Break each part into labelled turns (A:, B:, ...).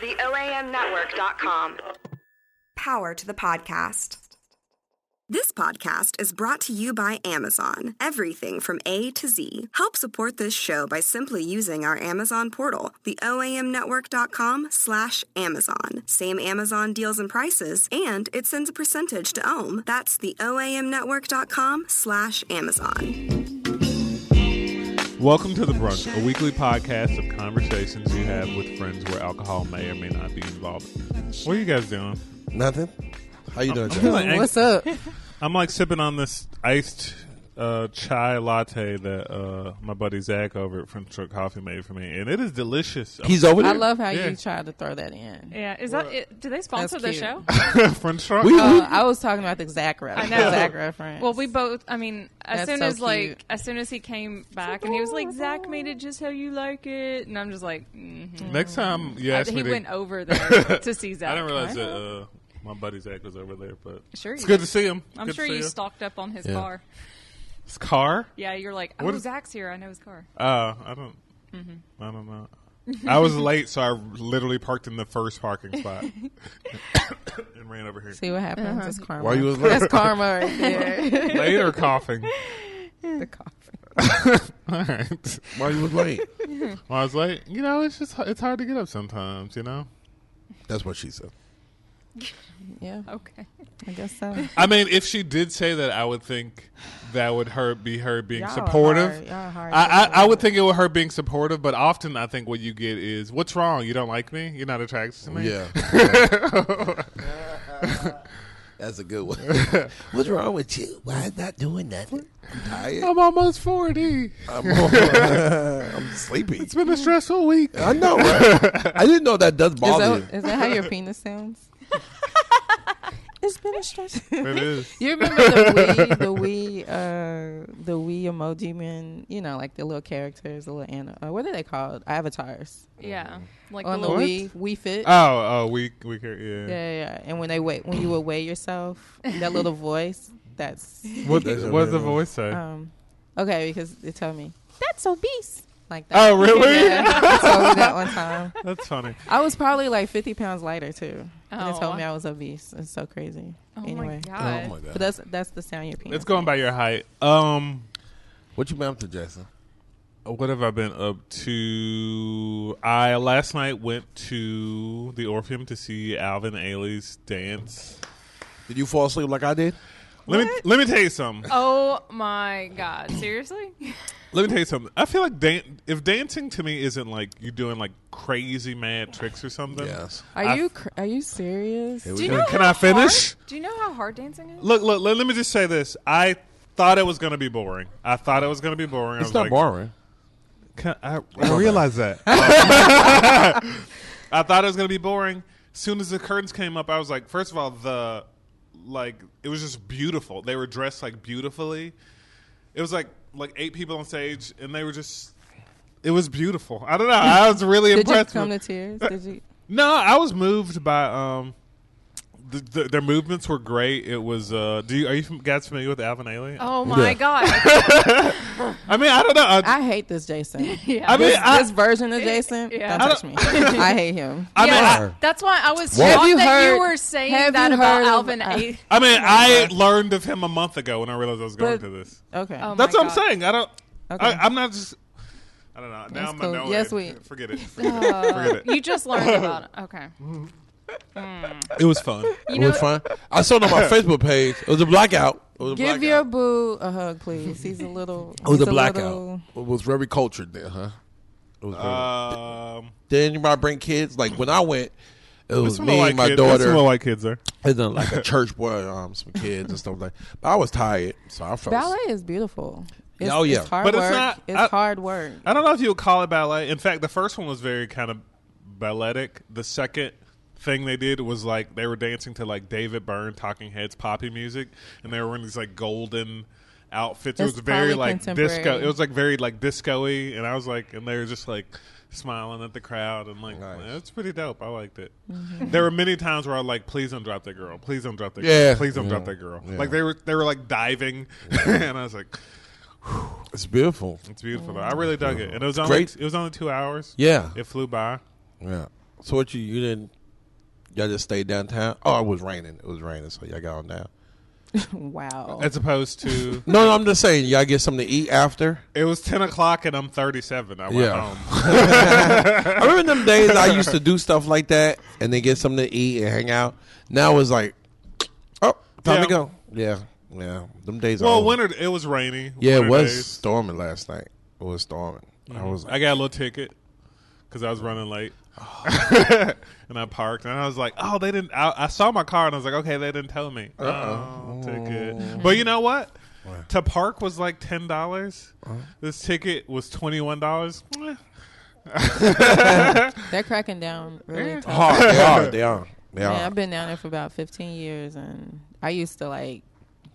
A: The OAMnetwork.com.
B: Power to the podcast. This podcast is brought to you by Amazon. Everything from A to Z. Help support this show by simply using our Amazon portal, the OAMnetwork.com slash Amazon. Same Amazon deals and prices, and it sends a percentage to Ohm. That's the OAMnetwork.com slash Amazon.
C: Welcome to The Brunch, a weekly podcast of conversations you have with friends where alcohol may or may not be involved. What are you guys doing?
D: Nothing. How you doing, Jack?
C: Like, ang-
E: What's up?
C: I'm like sipping on this iced uh, chai latte that uh, my buddy Zach over at French Truck Coffee made for me, and it is delicious.
D: He's over there.
E: I love how
C: Yeah.
E: you tried to throw that in.
F: Yeah, is that? It, do they sponsor the
E: That's
F: show?
E: cute.
C: French Truck.
E: Uh, I was talking about the Zach reference.
F: I know.
E: The Zach reference.
F: Well, we both. I mean, as
E: That's
F: soon
E: so
F: as
E: cute.
F: like as soon as he came back and he was like, "Zach made it just how you like it," and I'm just like, mm-hmm.
C: Next time you
F: I,
C: ask me,
F: he
C: to,
F: went over there to see Zach.
C: I didn't realize that uh, my buddy Zach was over there, but
F: Sure,
C: it's
F: you
C: good
F: did.
C: to see him.
F: I'm
C: Good to
F: sure
C: see
F: you
C: him.
F: stalked up on his
D: Yeah.
F: car.
C: His car.
F: Yeah, you're like, "Oh,
C: What is-
F: Zach's here. I know his car."
C: Oh, I don't.
E: Mm-hmm.
C: I don't know. I was late, so I literally parked in the first parking spot and ran over here.
E: see what happens. It's karma.
D: Why you was
E: That's
D: late?
E: karma right there.
C: Late or coughing?
E: the coffee.
C: All right.
D: Why you was late?
C: Well, I was late. You know, it's just it's hard to get up sometimes. You know.
D: That's what she said.
E: Yeah,
F: Okay.
E: I guess so.
C: I mean, if she did say that, I would think that would her be her being
E: Y'all are
C: supportive.
E: hard. Y'all are hard.
C: I, I I would think it would her being supportive, but often I think what you get is, "What's wrong? You don't like me? You're not attracted to me."
D: Yeah. That's a good one. What's wrong with you? Why is not doing nothing? I'm
E: Oh.
D: tired.
C: I'm almost forty.
D: I'm, I'm sleepy.
C: It's been a stressful week.
D: I know. Right? I didn't know that does
E: Is
D: bother
E: that, is that how your penis sounds? it's been a stress.
C: It is.
E: You remember the Wii, the Wii, uh, the Wii emoji men? You know, like the little characters, the little ana- uh, what are they called? Avatars
F: Yeah, like
E: on
F: the
E: the
F: little-
E: Wii, Wii Fit.
C: Oh, oh, we we care. Yeah.
E: Yeah, yeah, yeah. And when they wait, when you would weigh yourself, that little voice, that's
C: What
D: That's a
C: what does the
D: real one.
C: voice say?
E: um, okay because they tell me that's obese. Like that.
C: oh, really?
E: Yeah, they told me that one time.
C: That's funny.
E: I was probably like 50 pounds lighter too, and they
F: Oh.
E: told me I was obese. It's so crazy.
F: Oh
E: anyway,
F: my god.
D: Oh my
E: but
D: god.
E: that's that's the sound your penis.
C: It's going by your height. Um,
D: What you been up to, Jackson?
C: what have I been up to? I last night went to the Orpheum to see Alvin Ailey's dance.
D: Did you fall asleep like I did?
C: Let me let me tell you something.
F: Oh my god. Seriously?
C: Let me tell you something. I feel like dan- if dancing to me isn't like you doing like crazy mad tricks or something.
D: Yes.
E: Are
C: I-
E: you cr- are you serious?
D: Here
F: Do
D: we
F: you
D: go.
F: know
C: Can
F: how
C: I finish?
F: hard- do you know how hard dancing is?
C: Look, look. Let, let me just say this. I thought it was going to be boring. I thought it was going to be boring. I
D: It's
C: was
D: not
C: like,
D: boring.
C: Can- I, I realize that. I thought it was gonna be boring. Soon as the curtains came up, I was like, first of all, the like it was just beautiful. They were dressed like beautifully. It was like like eight people on stage, and they were just. It was beautiful. I don't know. I was really
E: Did you
C: impressed.
E: come to
C: with-
E: tears? Did you?
C: no, I was moved by um. The, the, their movements were great. It was. Uh, do you are you fam- guys familiar with Alvin Ailey?
F: Oh my
D: Yeah.
F: god.
C: I mean, I don't know. I,
E: I hate this Jason.
F: Yeah.
C: I mean,
E: This,
C: I,
E: this version of Jason,
F: yeah.
E: don't touch me. I hate him.
C: I mean, I-
F: yeah, that's why I was
D: What?
F: shocked
E: Have you
F: that
E: heard-
F: you were saying
E: have
F: that
E: you
F: about
E: heard of-
F: Alvin
E: uh,
F: A.
C: I mean, I learned of him a month ago when I realized I was going
E: But-
C: to this.
E: Okay.
F: Oh my
C: That's what I'm
F: God.
C: saying. I don't.
E: Okay.
C: I, I'm not just. I don't know. Now
E: That's
C: I'm
E: cool.
C: annoyed.
E: Yes, we-
C: forget it. Forget it. Forget it.
F: You just learned about it. Okay.
C: It was fun.
F: You
D: It was fine. I saw it on my Facebook page. It was a blackout. It was a
E: Give
D: blackout.
E: your boo a hug, please. He's a little.
D: It was
E: he's
D: a blackout.
E: little-
D: It was very cultured there, huh? It was very
C: Um,
D: Did anybody bring kids? Like when I went, it was
C: some
D: me,
C: white
D: and my
C: kids.
D: daughter,
C: Some little white kids there.
D: and then like a church boy, um, some kids and stuff like. But I was tired, so I felt.
E: Ballet is beautiful. It's,
D: Oh, yeah.
E: it's hard
C: But it's
E: work. It's,
C: not- I-
E: hard work.
C: I don't know if you would call it ballet. In fact, the first one was very kind of balletic. The second thing they did was like they were dancing to like David Byrne, Talking Heads, poppy music, and they were in these like golden outfits.
E: It's
C: it was very
E: probably
C: like disco.
E: contemporary.
C: It was like very like disco-y, and I was like, and they were just like smiling at the crowd and like
D: Nice.
C: that's pretty dope. I liked it.
E: Mm-hmm.
C: There were many times where I was like, please don't drop that girl. Please don't drop that
D: Yeah.
C: girl. Please don't
D: Yeah.
C: drop that girl.
D: Yeah.
C: Like they were they were like diving, and I was like.
D: It's beautiful.
C: It's beautiful though. I really dug it, and it was only
D: Great.
C: it was only two hours.
D: Yeah,
C: It flew by.
D: yeah. So what you you didn't? Y'all just stayed downtown. Oh, it was raining. It was raining, so y'all got on down.
E: Wow.
C: As opposed to,
D: No, no, I'm just saying, y'all get something to eat after.
C: it was 10 o'clock and I'm 37. I went
D: Yeah.
C: home.
D: I remember them days I used to do stuff like that and then get something to eat and hang out. Now it's like, oh, time
C: Yeah.
D: to go. Yeah, yeah. Them days. are
C: Well,
D: over.
C: winter, it was rainy.
D: Yeah, it
C: winter
D: was
C: days.
D: storming last night. It was storming. I was like,
C: Mm-hmm. I got a little ticket because I was running late.
D: Oh.
C: and I parked, and I was like, "Oh, they didn't." I, I saw my car, and I was like, "Okay, they didn't tell me." Oh, ticket. But you know what? To park was like ten dollars. This ticket was twenty one dollars.
E: They're cracking down really tough.
D: hard. Oh, They are. They are. They
E: Man,
D: are.
E: I've been down there for about 15 years, and I used to like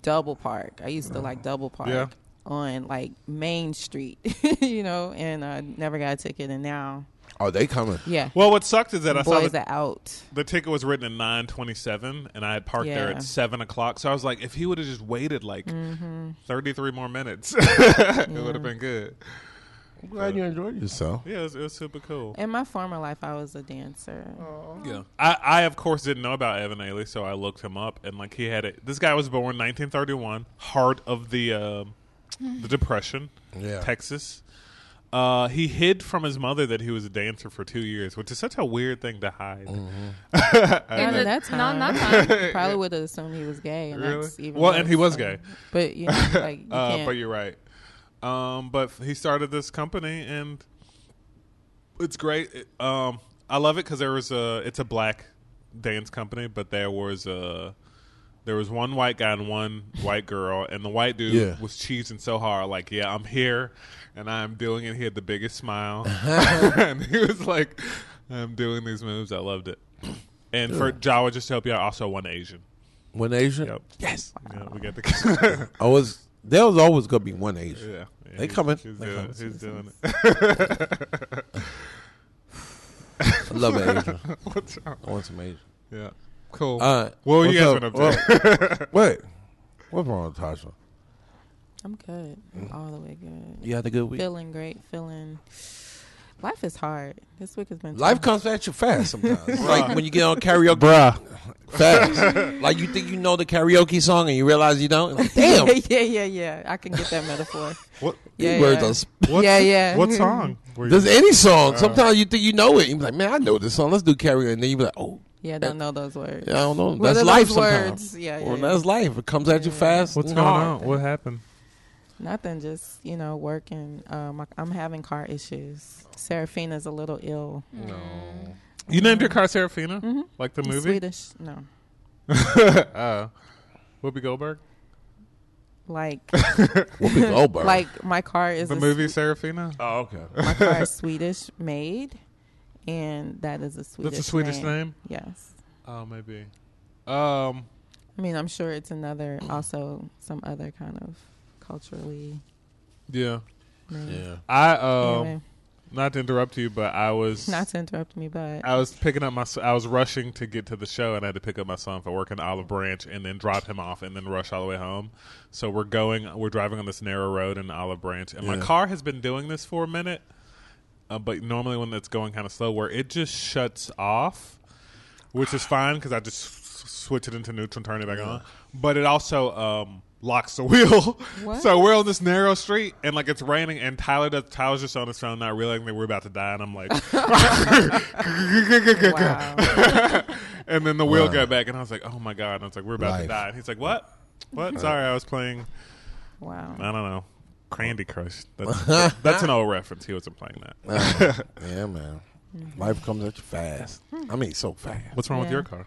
E: double park. I used to like double park
C: Yeah.
E: on like Main Street, you know, and I never got a ticket. And now,
D: Oh, they coming.
E: yeah,
C: Well, what sucked is that I saw
E: boys
C: the,
E: are out.
C: the ticket was written at nine twenty seven, and I had parked there
E: Yeah.
C: at seven o'clock. So I was like, if he would have just waited like
E: Mm-hmm.
C: three more minutes, it would have been good.
D: I'm glad you enjoyed yourself.
C: Yeah, it was, it was super cool.
E: In my former life, I was a dancer.
C: Yeah. I, I of course didn't know about Evan Ailey, so I looked him up and like he had it. This guy was born 1931, heart of the um the depression,
D: Yeah.
C: Texas. Uh, he hid from his mother that he was a dancer for two years, which is such a weird thing to hide.
E: Not in that
F: Not
E: time.
F: in that time.
E: You probably would have assumed he was gay. And
C: Really?
E: that's even
C: Well, and
E: worse,
C: he was
E: so-
C: gay.
E: But you know, like you
C: Uh,
E: can't.
C: but you're right. Um, but he started this company, and it's great. It- um, I love it because there was a. It's a black dance company, but there was a. There was one white guy and one white girl, and the white dude
D: Yeah.
C: was cheesing so hard, like, "Yeah, I'm here, and I'm doing it." He had the biggest smile, and he was like, "I'm doing these moves." I loved it. And for Jawa, just to help you out, also one Asian.
D: One Asian.
C: Yep. Yes. Yeah, we got the.
D: I was. There was always gonna be one Asian.
C: Yeah,
D: They coming.
C: He's
D: They
C: doing,
D: coming.
C: it. He's doing it.
D: I love an Asian.
C: What's wrong?
D: I want some Asian.
C: Yeah, cool.
D: Uh,
C: What were you guys
D: what's
C: been up
D: Well, wait. What's wrong with Tasha?
E: I'm good. I'm
C: Mm-hmm.
E: all the way good.
D: You had a good week.
E: Feeling great. Feeling. Life is hard. This week has been
D: Life
E: tough.
D: comes at you fast sometimes. It's like when you get on karaoke, bruh, fast. like you think you know the karaoke song and you realize you don't. Like, Damn,
E: yeah, yeah, yeah, yeah. I can get that metaphor.
C: what?
E: Yeah,
D: these words
E: yeah.
D: are sp-
C: What?
E: Yeah, yeah.
C: What song? Were you- Uh,
D: There's any song. Sometimes you think you know it. You be like, man, I know this song. Let's do karaoke, and then you be like, oh,
E: Yeah, I don't know those words.
D: yeah, I don't know.
E: What
D: That's
E: are
D: life
E: those
D: sometimes.
E: words? Yeah, yeah,
D: Well,
E: yeah.
D: that's life. It comes at you fast.
C: What's
D: and
C: going
D: hard.
C: on? What happened?
E: Nothing, just you know, working. Um, I- I'm having car issues. Seraphina's a little ill.
C: You named your car Serafina, like the movie.
E: Swedish, no,
C: uh, Whoopi Goldberg,
E: like
D: Whoopi Goldberg.
E: like my car is
C: the
E: a
C: movie Serafina.
D: oh, okay.
E: my car is Swedish made, and that is a Swedish.
C: That's a Swedish name.
E: Yes,
C: Oh, maybe. Um,
E: I mean I'm sure it's another also some other kind of culturally.
C: yeah.
E: Name.
D: Yeah.
C: I um,
E: Anyway,
C: not to interrupt you, but I was
E: not to interrupt me, but
C: I was picking up my. s- I was rushing to get to the show, and I had to pick up my son for work in Olive Branch, and then drop him off, and then rush all the way home. So we're going. We're driving on this narrow road in Olive Branch, and my
D: Yeah.
C: car has been doing this for a minute. Uh, but normally, when it's going kind of slow, where it just shuts off, which is fine because I just s- switch it into neutral and turn it back on. But it also um, locks the wheel.
E: What?
C: so we're on this narrow street and like it's raining and Tyler does, Tyler's just on his phone not realizing that we're about to die and I'm like
E: wow.
C: and then the wheel
D: Wow.
C: got back and I was like oh my god and I was like we're about to
D: Life.
C: die and he's like what what sorry I was playing
E: Wow.
C: I don't know Candy Crush that's, that's an old reference he wasn't playing
D: Uh,
C: that
D: yeah, man.
E: Mm.
D: Life comes at you fast.
E: Hmm.
D: I mean, so fast.
C: what's wrong with
E: Yeah.
C: your car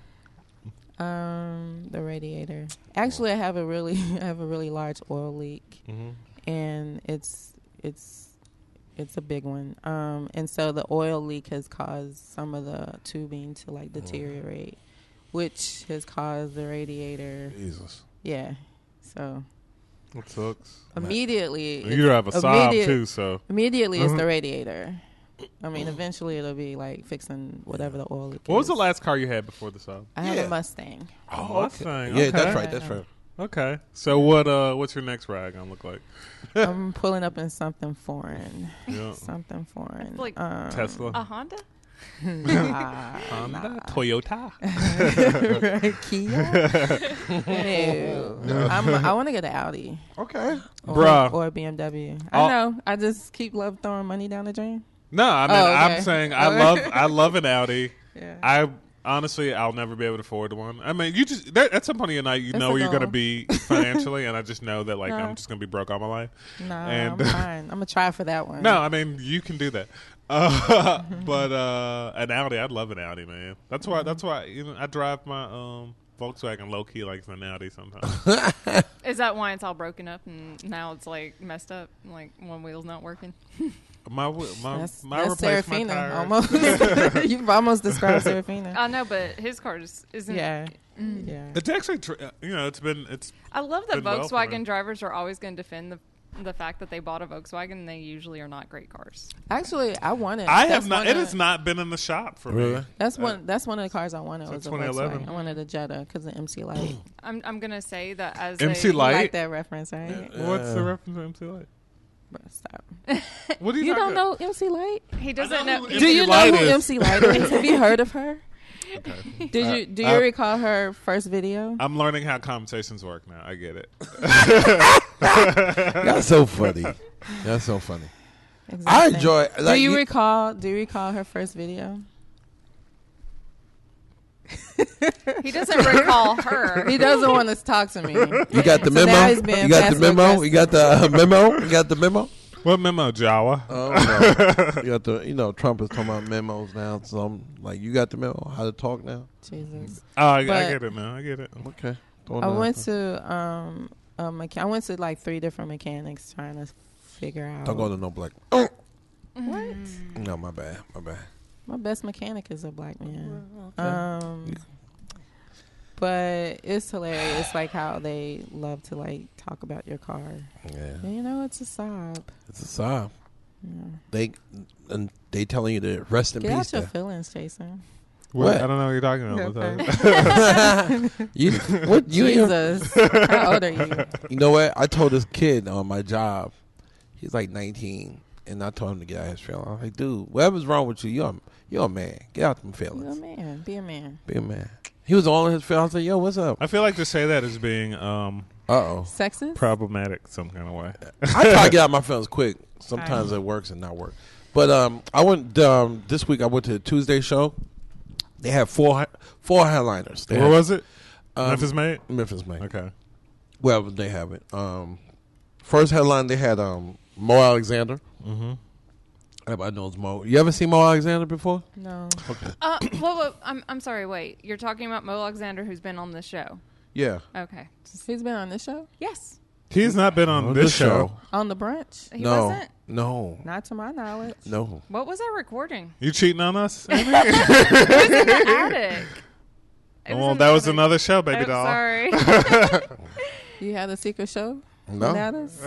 E: Um, the radiator. Actually, I have a really, I have a really large oil leak,
C: Mm-hmm.
E: and it's it's it's a big one. Um, and so the oil leak has caused some of the tubing to like
C: Oh.
E: deteriorate, which has caused the radiator.
D: Jesus.
E: Yeah. So
C: what sucks
E: immediately,
C: you have a sob
E: immediate-
C: too so
E: Immediately, it's the
C: Mm-hmm.
E: radiator. I mean, eventually it'll be like fixing whatever the oil leak.
C: what was the
E: is.
C: last car you had before the sob
E: I have
D: Yeah.
E: a Mustang.
D: Oh,
C: Mustang,
D: Yeah,
C: okay.
D: that's right. That's right.
C: okay so what uh what's your next ride gonna look like
E: I'm pulling up in something foreign.
C: yeah.
E: something foreign.
F: like-
E: um,
C: Tesla
F: A Honda?
C: Honda, Toyota.
E: Kia. Ew. I'm, I want to get an Audi
D: Okay.
E: or,
C: Bruh.
E: or a BMW.
C: All-
E: I know. I just keep love throwing money down the drain.
C: No, I mean
E: Oh, okay.
C: I'm saying I
E: Okay.
C: love I love an Audi.
E: Yeah.
C: I honestly I'll never be able to afford one. I mean, you just that, at some point in your night you know
E: a
C: where you're going to
E: goal.
C: be financially, and I just know that like
E: No.
C: I'm just going to be broke all my life.
E: Nah,
C: And-
E: I'm fine. I'm gonna try for that one.
C: No, I mean you can do that. Uh, but uh, an Audi, I'd love an Audi, man. That's why. That's why you know I drive my um, Volkswagen low key like it's an Audi sometimes.
F: Is that why it's all broken up and now it's like messed up? Like one wheel's not working.
C: my wi- my
E: That's,
C: my
E: that's
C: replacement
E: Serafina
C: tires.
E: almost. You've almost described Serafina.
F: I know, but his car just isn't.
E: Yeah, yeah.
C: It's actually tr- you know it's been it's
F: I love that
C: Been well for him.
F: Volkswagen drivers are always going to defend the the fact that they bought a Volkswagen. and They usually are not great cars.
E: Actually, I wanted.
C: I
E: that's
C: have not
E: one
C: it
E: of-
C: has not been in the shop for me.
D: Really?
E: That's one. that's one of the cars I wanted.
C: since
E: Was a
C: 2011.
E: Volkswagen. I wanted a Jetta because the MC Light.
F: I'm I'm gonna say that as
C: MC
F: a,
C: Light?
E: like that reference, right?
C: What's the reference to MC Light?
E: Bro, Stop.
C: What do you,
E: You
C: talking
E: don't know MC Light?
F: he doesn't
C: know
F: know.
C: who
E: Do
C: MC
E: you know
C: Light
E: who
C: is-
E: MC Light is? Have you heard of her? Did you do you
C: I-
E: recall her first video?
C: I'm learning how conversations work now. I get it.
D: That's so funny. That's so funny. I
E: Exactly.
D: enjoy. Like,
E: do you
D: you-
E: recall? Do you recall her first video?
F: He doesn't recall her.
E: He doesn't want to talk to me.
D: You got the
E: So now
D: memo.
E: he's being
D: you got the
E: passive
D: memo.
E: aggressive.
D: You got the uh, memo. You got the memo.
C: What memo, Jawa?
D: Oh no! you got the. You know, Trump is talking about memos now. So I'm like, you got the memo. How to talk now?
E: Jesus.
C: oh, I, I
E: But-
C: get it now. I get it.
D: Okay. Throwing
E: I
D: that
E: went
D: out there.
E: to um a mecha- I went to like three different mechanics trying to figure out.
D: Don't go to no black. Oh,
E: what?
D: no, my bad. My bad.
E: My best mechanic is a black man.
F: Oh,
E: Um, but it's hilarious, like how they love to like talk about your car.
D: Yeah,
E: And, you know, it's a sob.
D: it's a sob. They and they telling you to rest in
E: Get out
D: peace.
E: your
D: there.
E: feelings, Jason.
C: What?
D: What?
C: I don't know what you're talking about.
E: Okay.
C: What's up?
D: You what you ain't-
E: Jesus, how old are you?
D: You know what? I told this kid on my job, he's like 19, and I told him to get out of his feelings. I was like, dude, whatever's wrong with you, you're a, you're a man. Get out them
E: Be a
D: feelings.
E: man. Be a man.
D: Be a man. He was all in his feelings. I was like, yo, what's up?
C: I feel like to say that is being um,
D: Uh oh.
E: Sexist.
C: problematic some kind of way.
D: I try to get out my feelings quick. Sometimes it works and not work. But um, I went um, this week. I went to the Tuesday show. They had four hi- four highliners. They
C: Where
D: had-
C: was it?
D: um,
C: Memphis Made?
D: Memphis, man.
C: Okay.
D: Well, they haven't. Um, first headline they had um, Mo Alexander. Mm-hmm. Everybody knows Mo. You ever seen Mo Alexander before?
E: No.
F: Uh, well, I'm I'm sorry. Wait, you're talking about Mo Alexander, who's been on this show.
D: Yeah.
F: Okay.
E: He's been on this show.
F: Yes,
C: He's not been on
D: On
C: this
D: this
C: show.
D: show.
E: On the brunch.
F: he
D: no.
F: wasn't.
D: No.
E: Not to my knowledge.
D: No.
F: What was I recording?
C: You cheating on us? Amy?
F: The attic. It
C: well,
F: in
C: that
F: the
C: was
F: attic.
C: another show, baby
F: I'm
C: doll.
F: sorry.
E: You had a secret show
D: No.
E: without us.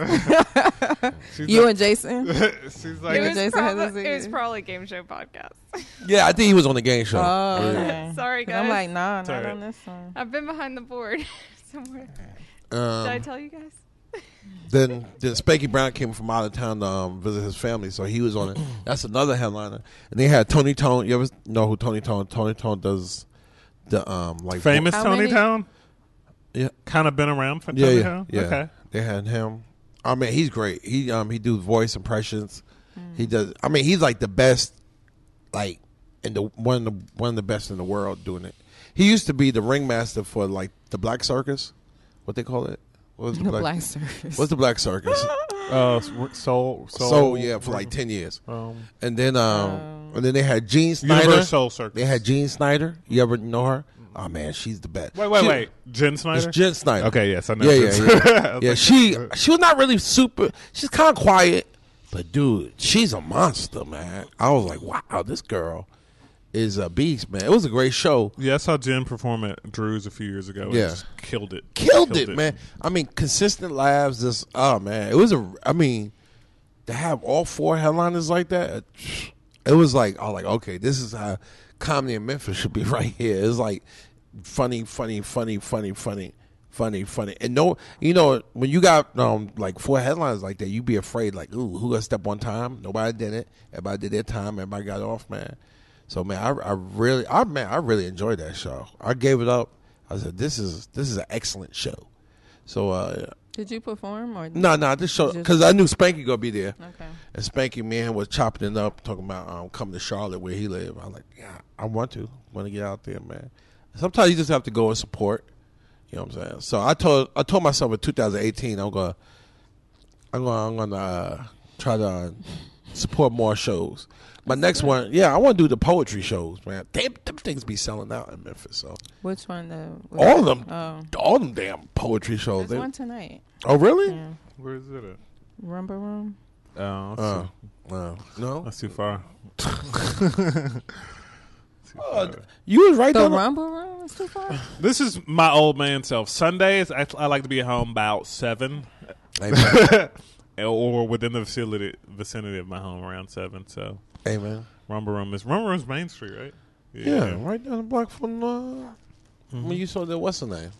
C: She's
E: You
C: like,
E: and Jason.
C: she's
F: it,
C: like,
E: Jason has
F: was proba-
E: a
F: it was
E: secret.
F: probably game show podcast.
D: Yeah, I think he was on the game show.
E: Oh, okay.
F: Sorry,
E: 'Cause I'm
F: guys.
E: like, nah, not
C: Sorry.
E: on this one.
F: I've been behind the board somewhere. Did I
D: um,
F: tell you guys?
D: then then Spanky Brown came from out of town to um, visit his family, so he was on it. That's another headliner. And they had Tony Tone. You ever know who Tony Tone? Tony Tone does the um like
C: famous
E: How
C: Tony
E: many-
C: Town?
D: Yeah.
C: Kind of been around for
D: Yeah,
C: Tony
D: yeah,
C: Town?
D: yeah.
C: Okay.
D: They had him. I mean, he's great. He um he do voice impressions. He
E: Mm.
D: does. I mean, he's like the best, like, and the one of the one of the best in the world doing it. He used to be the ringmaster for like the Black Circus, what they call it. What was
E: The Black Circus.
D: What's the Black Circus?
C: Uh, soul, soul,
D: so yeah, for like ten years,
C: Um,
D: and then um,
E: Um,
D: and then they had Gene Snyder.
C: Universal Soul Circus.
D: They had Gene Snyder. You ever know her? Oh man, she's the best.
C: Wait, wait,
D: She-
C: wait. Jen
D: It's
C: Snyder?
D: Jen Snyder.
C: Okay, yes, I know
D: Yeah,
C: Jen
D: yeah,
C: Snyder. I
D: yeah.
C: was
D: yeah
C: like,
D: she she was not really super. She's kind of quiet, but dude, she's a monster, man. I was like, wow, this girl is a beast, man. It was a great show.
C: Yeah, I saw Jen perform at Drew's a few years ago. and
D: Yeah.
C: just killed it.
D: Killed, it, man. I mean, consistent lives. Just oh man, it was a. I mean, to have all four headliners like that, it was like I was like, okay, this is how comedy in Memphis should be right here. It's like funny, funny, funny, funny, funny, funny, funny, and no, you know, when you got um like four headlines like that, you be afraid like, ooh, who gonna step on time? Nobody did it. Everybody did their time. Everybody got off, man. So man, I, I really, I man, I really enjoyed that show. I gave it up. I said, this is this is an excellent show. So uh,
E: Did you perform or
D: no, no, this show
E: Just-
D: because I knew Spanky gonna be there.
E: Okay.
D: And Spanky, me and him was chopping it up, talking about um, coming to Charlotte where he live. I'm like, yeah, I want to, want to get out there, man. Sometimes you just have to go and support. You know what I'm saying? So I told I told myself in 2018 I'm gonna I'm gonna I'm gonna uh, try to uh, support more shows. My next one, yeah, I want to do the poetry shows, man. Damn, them things be selling out in Memphis. So
E: Which one? The which-
D: all of them,
E: Oh,
D: all them damn poetry shows.
E: there's
D: they-
E: one tonight.
D: oh, really?
E: Yeah,
C: Where is it at?
E: Rumble Room.
C: Oh, that's,
D: Uh,
C: too,
D: uh, no.
C: that's too far. Too
D: Uh,
C: far.
D: you was right
E: The
D: though.
E: Rumble Room is too far.
C: This is my old man self. Sundays, I, I like to be home about seven,
D: Amen.
C: or within the vicinity vicinity of my home around seven. So
D: Amen.
C: Rumble Room is Rumble Room's Main Street, right?
D: Yeah, right down the block from. Uh,
C: Mm-hmm.
D: When you saw that, what's the name?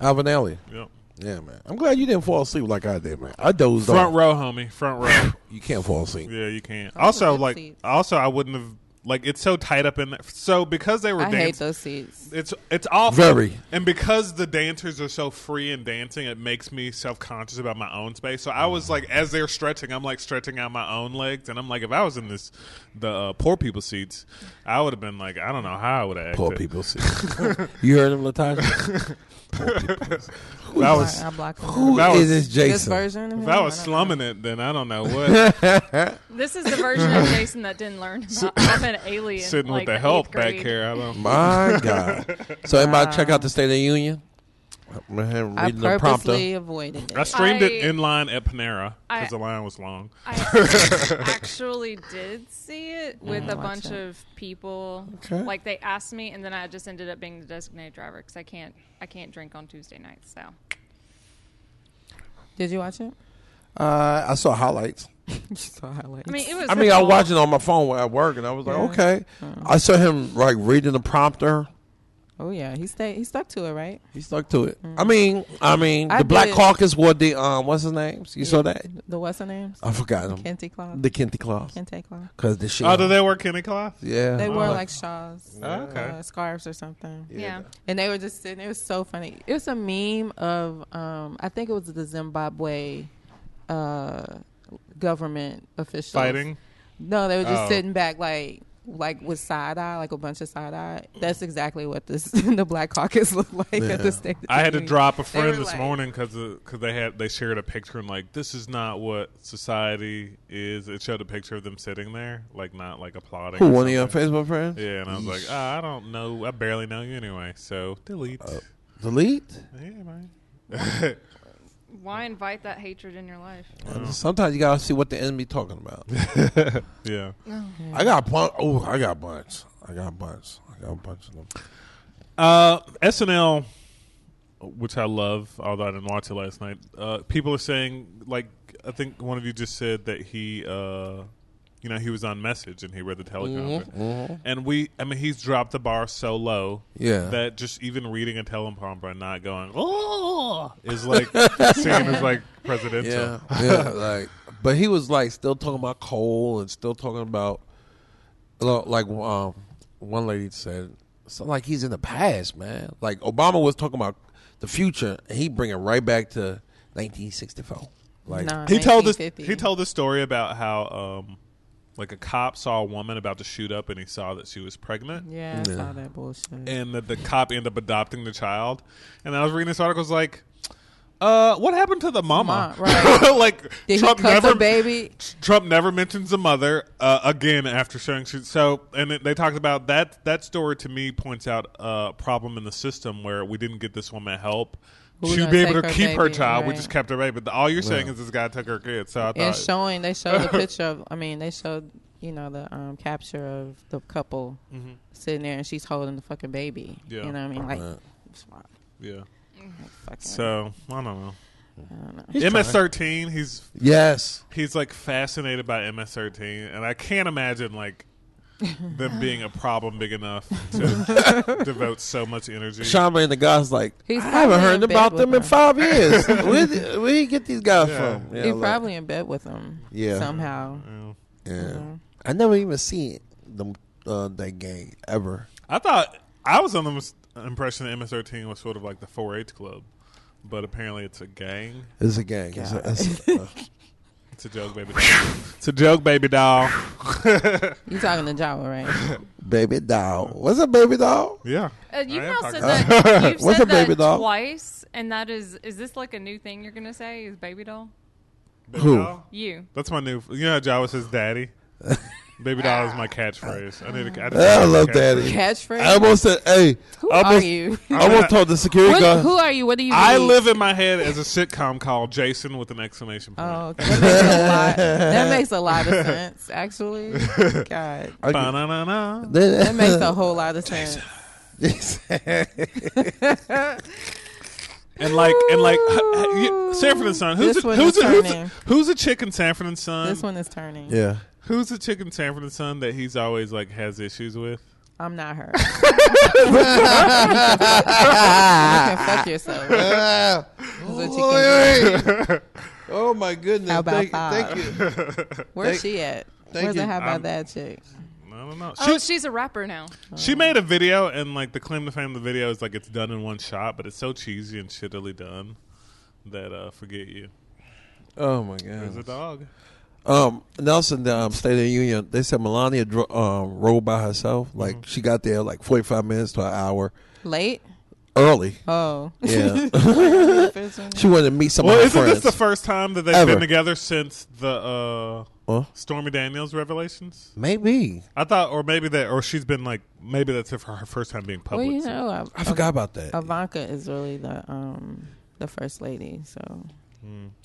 D: Alvin Alley.
C: yeah.
D: Yeah, man. I'm glad you didn't fall asleep like I did, man. I dozed
C: Front
D: off.
C: row, homie. Front row.
D: You can't fall asleep.
C: yeah, you can't.
E: I love
C: Also,
E: good
C: like,
E: seats.
C: also, I wouldn't have like it's so tight up in there. So because they were
E: I hate
C: dancing,
E: those seats.
C: it's it's awful.
D: Very.
C: And because the dancers are so free in dancing, it makes me self conscious about my own space. So I was like, as they're stretching, I'm like stretching out my own legs, and I'm like, if I was in this the uh, poor people seats, I would have been like, I don't know how I would have acted.
D: Poor people see. you heard him, Latasha?
C: That was.
E: I, I blocked them
D: Who
E: out.
C: That
D: is
C: was-
D: this
E: this
D: Jason?
E: version. Of
C: If
E: him,
C: I was
E: don't know.
C: slumming it, then I don't know what.
F: This is the version of Jason that didn't learn about. I'm an alien.
C: Sitting
F: like,
C: with the help
F: eighth
C: back
F: grade.
C: here, I don't.
D: My God. So, everybody check out the State of the Union. I'm reading
E: I
D: the prompter.
E: purposely avoided
C: I
E: it.
C: streamed it
F: I-
C: in line at Panera
F: I-
C: because the line was long.
F: I actually did see it with a bunch
E: it.
F: of people.
D: Okay.
F: Like they asked me, and then I just ended up being the designated driver because I can't I can't drink on Tuesday nights. So
E: Did you watch it?
D: Uh, I saw highlights.
E: You saw highlights.
F: I mean, it was.
D: I mean, I
F: cool.
D: watched it on my phone at work, and I was like, okay. I saw him like reading the prompter.
E: oh yeah, he stayed. He stuck to it, right?
D: He stuck to it. I mean, I mean,
E: Mm. I
D: the Black
E: did.
D: Caucus wore the um, what's his name? You saw that?
E: The what's her names?
D: I forgot him.
E: Kenty Claus.
D: Uh, The Kenty Claus,
E: Kente Claus.
D: because the shit.
C: Oh, do they wear Kenny cloth?
D: yeah,
E: They wore
C: Wow.
E: like shawls,
C: Oh, okay.
E: uh, scarves, or something.
F: Yeah.
E: And they were just sitting. It was so funny. It was a meme of, um, I think it was the Zimbabwe uh, government officials
C: Fighting.
E: No, they were just
C: Oh.
E: sitting back, like like with side eye, like a bunch of side eye. That's exactly what this the Black Caucus looked like at
D: Yeah.
E: the state. of
C: I had
E: the
C: to
E: Union.
C: drop a
E: They were
C: friend this
E: like-
C: morning 'cause morning because they had they shared a picture and like this is not what society is. It showed a picture of them sitting there, like not like applauding.
D: Who
C: or
D: one of your
C: something.
D: Facebook friends?
C: Yeah, and I was like, "Ah, I don't know. I barely know you anyway, so delete.
D: Uh, Delete.
C: yeah, man.
F: Why invite that hatred in your life?
D: Sometimes you gotta see what the enemy talking about.
C: yeah.
D: I got a bunch. Oh, I got a bunch. I got a bunch. I got a bunch of them.
C: Uh, SNL, which I love, although I didn't watch it last night. Uh, people are saying, like, I think one of you just said that he, uh, you know, he was on message and he read the teleprompter,
D: Mm-hmm,
C: and we, I mean, he's dropped the bar so low,
D: Yeah.
C: that just even reading a teleprompter and not going, oh, is like seen as like presidential.
D: Yeah, yeah. Like, but he was like still talking about coal and still talking about lo- like um, one lady said, so like he's in the past, man. Like Obama was talking about the future, and he bring it right back to 1964. Like,
E: Nah,
C: he told this
E: 1950.
C: he told this story about how um like a cop saw a woman about to shoot up and he saw that she was pregnant
E: Yeah, I saw that bullshit.
C: and that the cop ended up adopting the child and i was reading this article I was like uh what happened to the mama
E: Ma, right.
C: like
E: Did
C: trump
E: he cut
C: never
E: the baby?
C: Trump never mentions the mother uh, again after showing she, so and it- they talked about that that story to me points out a problem in the system where we didn't get this woman help
E: Who
C: she'd
E: knows,
C: be able
E: take
C: to
E: her
C: keep her
E: baby,
C: child we
E: right.
C: just kept her baby but all you're saying is this guy took her kid so I
E: And
C: thought
E: showing, they showed the picture of. I mean, they showed you know the um, capture of the couple sitting there, and she's holding the fucking baby.
C: Mm-hmm. Yeah.
E: You know what I mean? Like,
D: Right.
C: yeah
E: fucking.
C: so I don't know
E: I don't know.
C: MS13 he's
D: yes,
C: he's like fascinated by MS13, and I can't imagine like them being a problem big enough to devote so much energy.
D: Sean Bain, the guy's like,
E: He's
D: I haven't
E: probably
D: heard
E: in bed
D: about
E: with
D: them in
E: her.
D: five years. where did where he get these guys
C: Yeah.
D: from? Yeah,
E: He's
D: like,
E: probably in bed with him.
D: Yeah.
E: Somehow. Mm-hmm.
C: You know,
D: yeah. I never even seen them uh, that gang ever.
C: I thought I was on the mis- impression that MS13 was sort of like the 4-H club, but apparently it's a gang.
D: It's a gang. It's a, it's a- uh,
C: It's a joke, baby. doll. it's a joke, baby doll.
E: You talking to Jawa, right?
D: baby doll. What's a baby doll?
C: Yeah,
F: Uh, you've
C: I am
F: now
C: talking
F: said
C: about it.
F: that. You've
D: What's
F: said
D: a baby
F: that
D: doll?
F: twice, and that is—is this like a new thing you're gonna say? Is baby doll
C: Baby
D: Who?
C: doll?
F: you?
C: That's my new. You know how Jawa says "daddy." Baby doll is my catchphrase. I need. A, I, just
D: I
C: need a
D: love
C: catchphrase.
D: daddy.
E: Catchphrase.
D: I almost said, "Hey,
E: Who
D: I almost,
E: are you?
D: I almost told the security
E: What,
D: guard.
E: who are you? What do you?
C: I
E: need?
C: live in my head as a sitcom called Jason with an exclamation point.
E: Oh, okay. that, makes a lot, that makes a lot of sense. Actually, God,
C: Ba-na-na-na.
E: that makes a whole lot of sense.
C: And like and like you- Sanford and Son. Who's
E: This
C: a,
E: one
C: who's
E: is
C: a, who's a,
E: turning.
C: who's a chick in Sanford and Son?
E: This one is turning.
D: yeah,
C: Who's the chick in Sanford and Son that he's always like has issues with?
E: I'm not her. you can fuck yourself. That's what you can do.
D: oh my goodness!
E: How about
D: thank,
E: Bob?
D: thank you. Thank-
E: Where's she at?
D: thank
E: Where's
D: you.
E: the how about
C: I'm-
E: that chick?
C: I don't know. She,
F: Oh, she's a rapper now.
E: Oh.
C: she made a video, and like the claim to fame of the video is like it's done in one shot, but it's so cheesy and shittily done that uh forget you.
D: Oh my
C: There's a
D: god.
C: dog.
D: Um, Nelson, the um, State of the Union. They said Melania dro- um, rode by herself. Like
C: Mm-hmm.
D: she got there like forty five minutes to an hour
E: Late?
D: early.
E: Oh.
D: Yeah,
E: That's
D: she wanted to meet some
C: Well,
D: of her
C: isn't
D: friends.
C: this the first time that they've
D: Ever.
C: been together since the uh
D: Huh?
C: Stormy Daniels revelations?
D: Maybe
C: I thought, or maybe that, or she's been like, maybe that's her, her first time being
E: well,
C: public.
E: you know, I,
D: I forgot about that.
E: Ivanka is really the um the first lady, so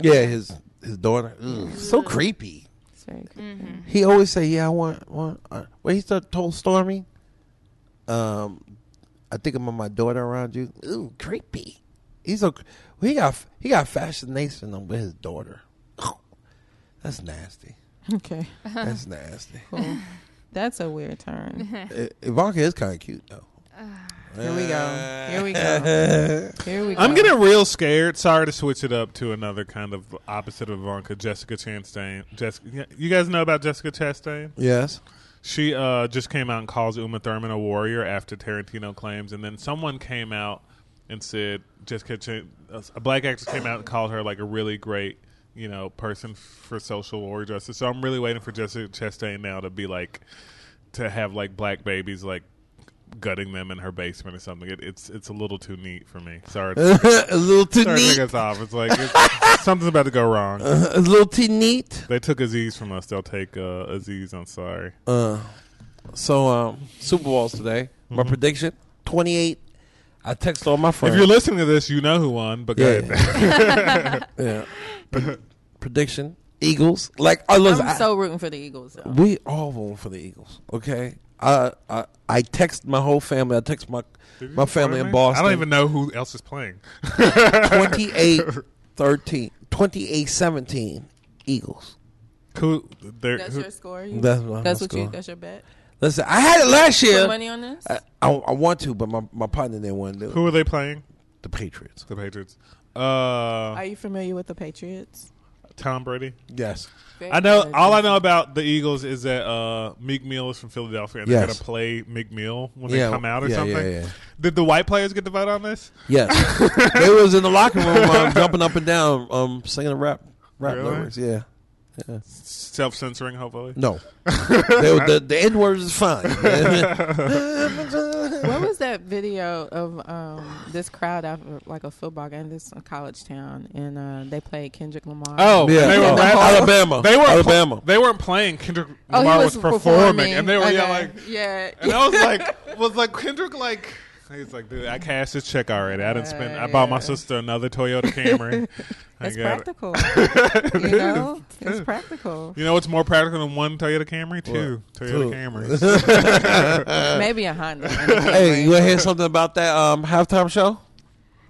D: yeah, his his daughter. Ugh, so creepy.
E: it's very creepy.
D: He always say, "Yeah, I want want." Uh, well, he start- told Stormy, um, "I think I'm on my daughter around you." Ooh, creepy. He's a well, he got he got fascination on with his daughter. That's nasty.
E: Okay,
D: That's nasty.
E: cool. That's a weird turn.
D: I- Ivanka is kind of cute though.
E: Here we go. Here we go. Here we go.
C: I'm getting real scared. Sorry to switch it up to another kind of opposite of Ivanka, Jessica Chastain. Jessica, you guys know about Jessica Chastain?
D: Yes.
C: She uh, just came out and calls Uma Thurman a warrior after Tarantino claims, and then someone came out and said Jessica, Ch- a black actress came out and called her like a really great, you know, person for social warrior justice. So I'm really waiting for Jessica Chastain now to be like, to have like black babies like gutting them in her basement or something. It, it's it's a little too neat for me. Sorry, to,
D: a little too
C: sorry to
D: neat.
C: take us off. It's like it's, something's about to go wrong.
D: A little too neat.
C: They took Aziz from us. They'll take uh, Aziz. I'm sorry.
D: So um, Super Bowls today. My prediction: twenty eight. I text all my friends.
C: Mm-hmm. If you're listening to this, you know who won. But go
D: Yeah.
C: ahead.
D: Yeah. Pre- prediction: Eagles. Like, I listen, I-
E: I'm so rooting for the Eagles. Though.
D: we all voting for the Eagles. Okay. I I I text my whole family. I text my my family in Boston.
C: I don't even know who else is playing.
D: 28 13 28 17 Eagles.
C: Who? They're,
E: That's
C: who-
E: your score. You,
D: That's my
E: that's what
D: score.
E: you. That's your bet.
D: Listen, I had it last
E: Put
D: year.
E: money on this.
D: I, I, I want to, but my, my partner didn't want to do
C: who
D: it.
C: are they playing?
D: The Patriots.
C: The Patriots. Uh,
E: Are you familiar with the Patriots?
C: Tom Brady.
D: Yes.
C: I know. All I know about the Eagles is that uh, Meek Mill is from Philadelphia, and they're
D: Yes.
C: gonna play Meek Mill when
D: Yeah,
C: they come out or
D: yeah,
C: something.
D: yeah, yeah.
C: Did the white players get to vote on this?
D: Yes. they was in the locker room um, jumping up and down, um, singing rap rap
C: Really?
D: lyrics. Yeah.
C: Self censoring, hopefully.
D: No. they, were- the the N word is fine.
C: Oh,
E: What was that video of um, this crowd after like a football game? This is a college town, and uh, they played Kendrick Lamar.
C: Oh,
D: Yeah. Uh,
C: they were
E: Yeah, the
C: rapping.
E: whole-
D: Alabama.
C: They were
D: Alabama.
C: They weren't playing. Kendrick
E: Oh, he
C: Lamar was, performing, and they were
E: Okay.
C: yeah, like
E: yeah.
C: And I was like, was like Kendrick like. He's like, dude, I cashed his check already. I didn't spend. I bought my sister another Toyota Camry. I
E: It's
C: got it.
E: practical, you know. It's practical.
C: You know what's more practical than one Toyota Camry? Two Toyota Camrys.
D: Uh,
E: Maybe a Honda. and a
D: Hey,
E: Camry.
D: you want to hear something about that um, halftime show?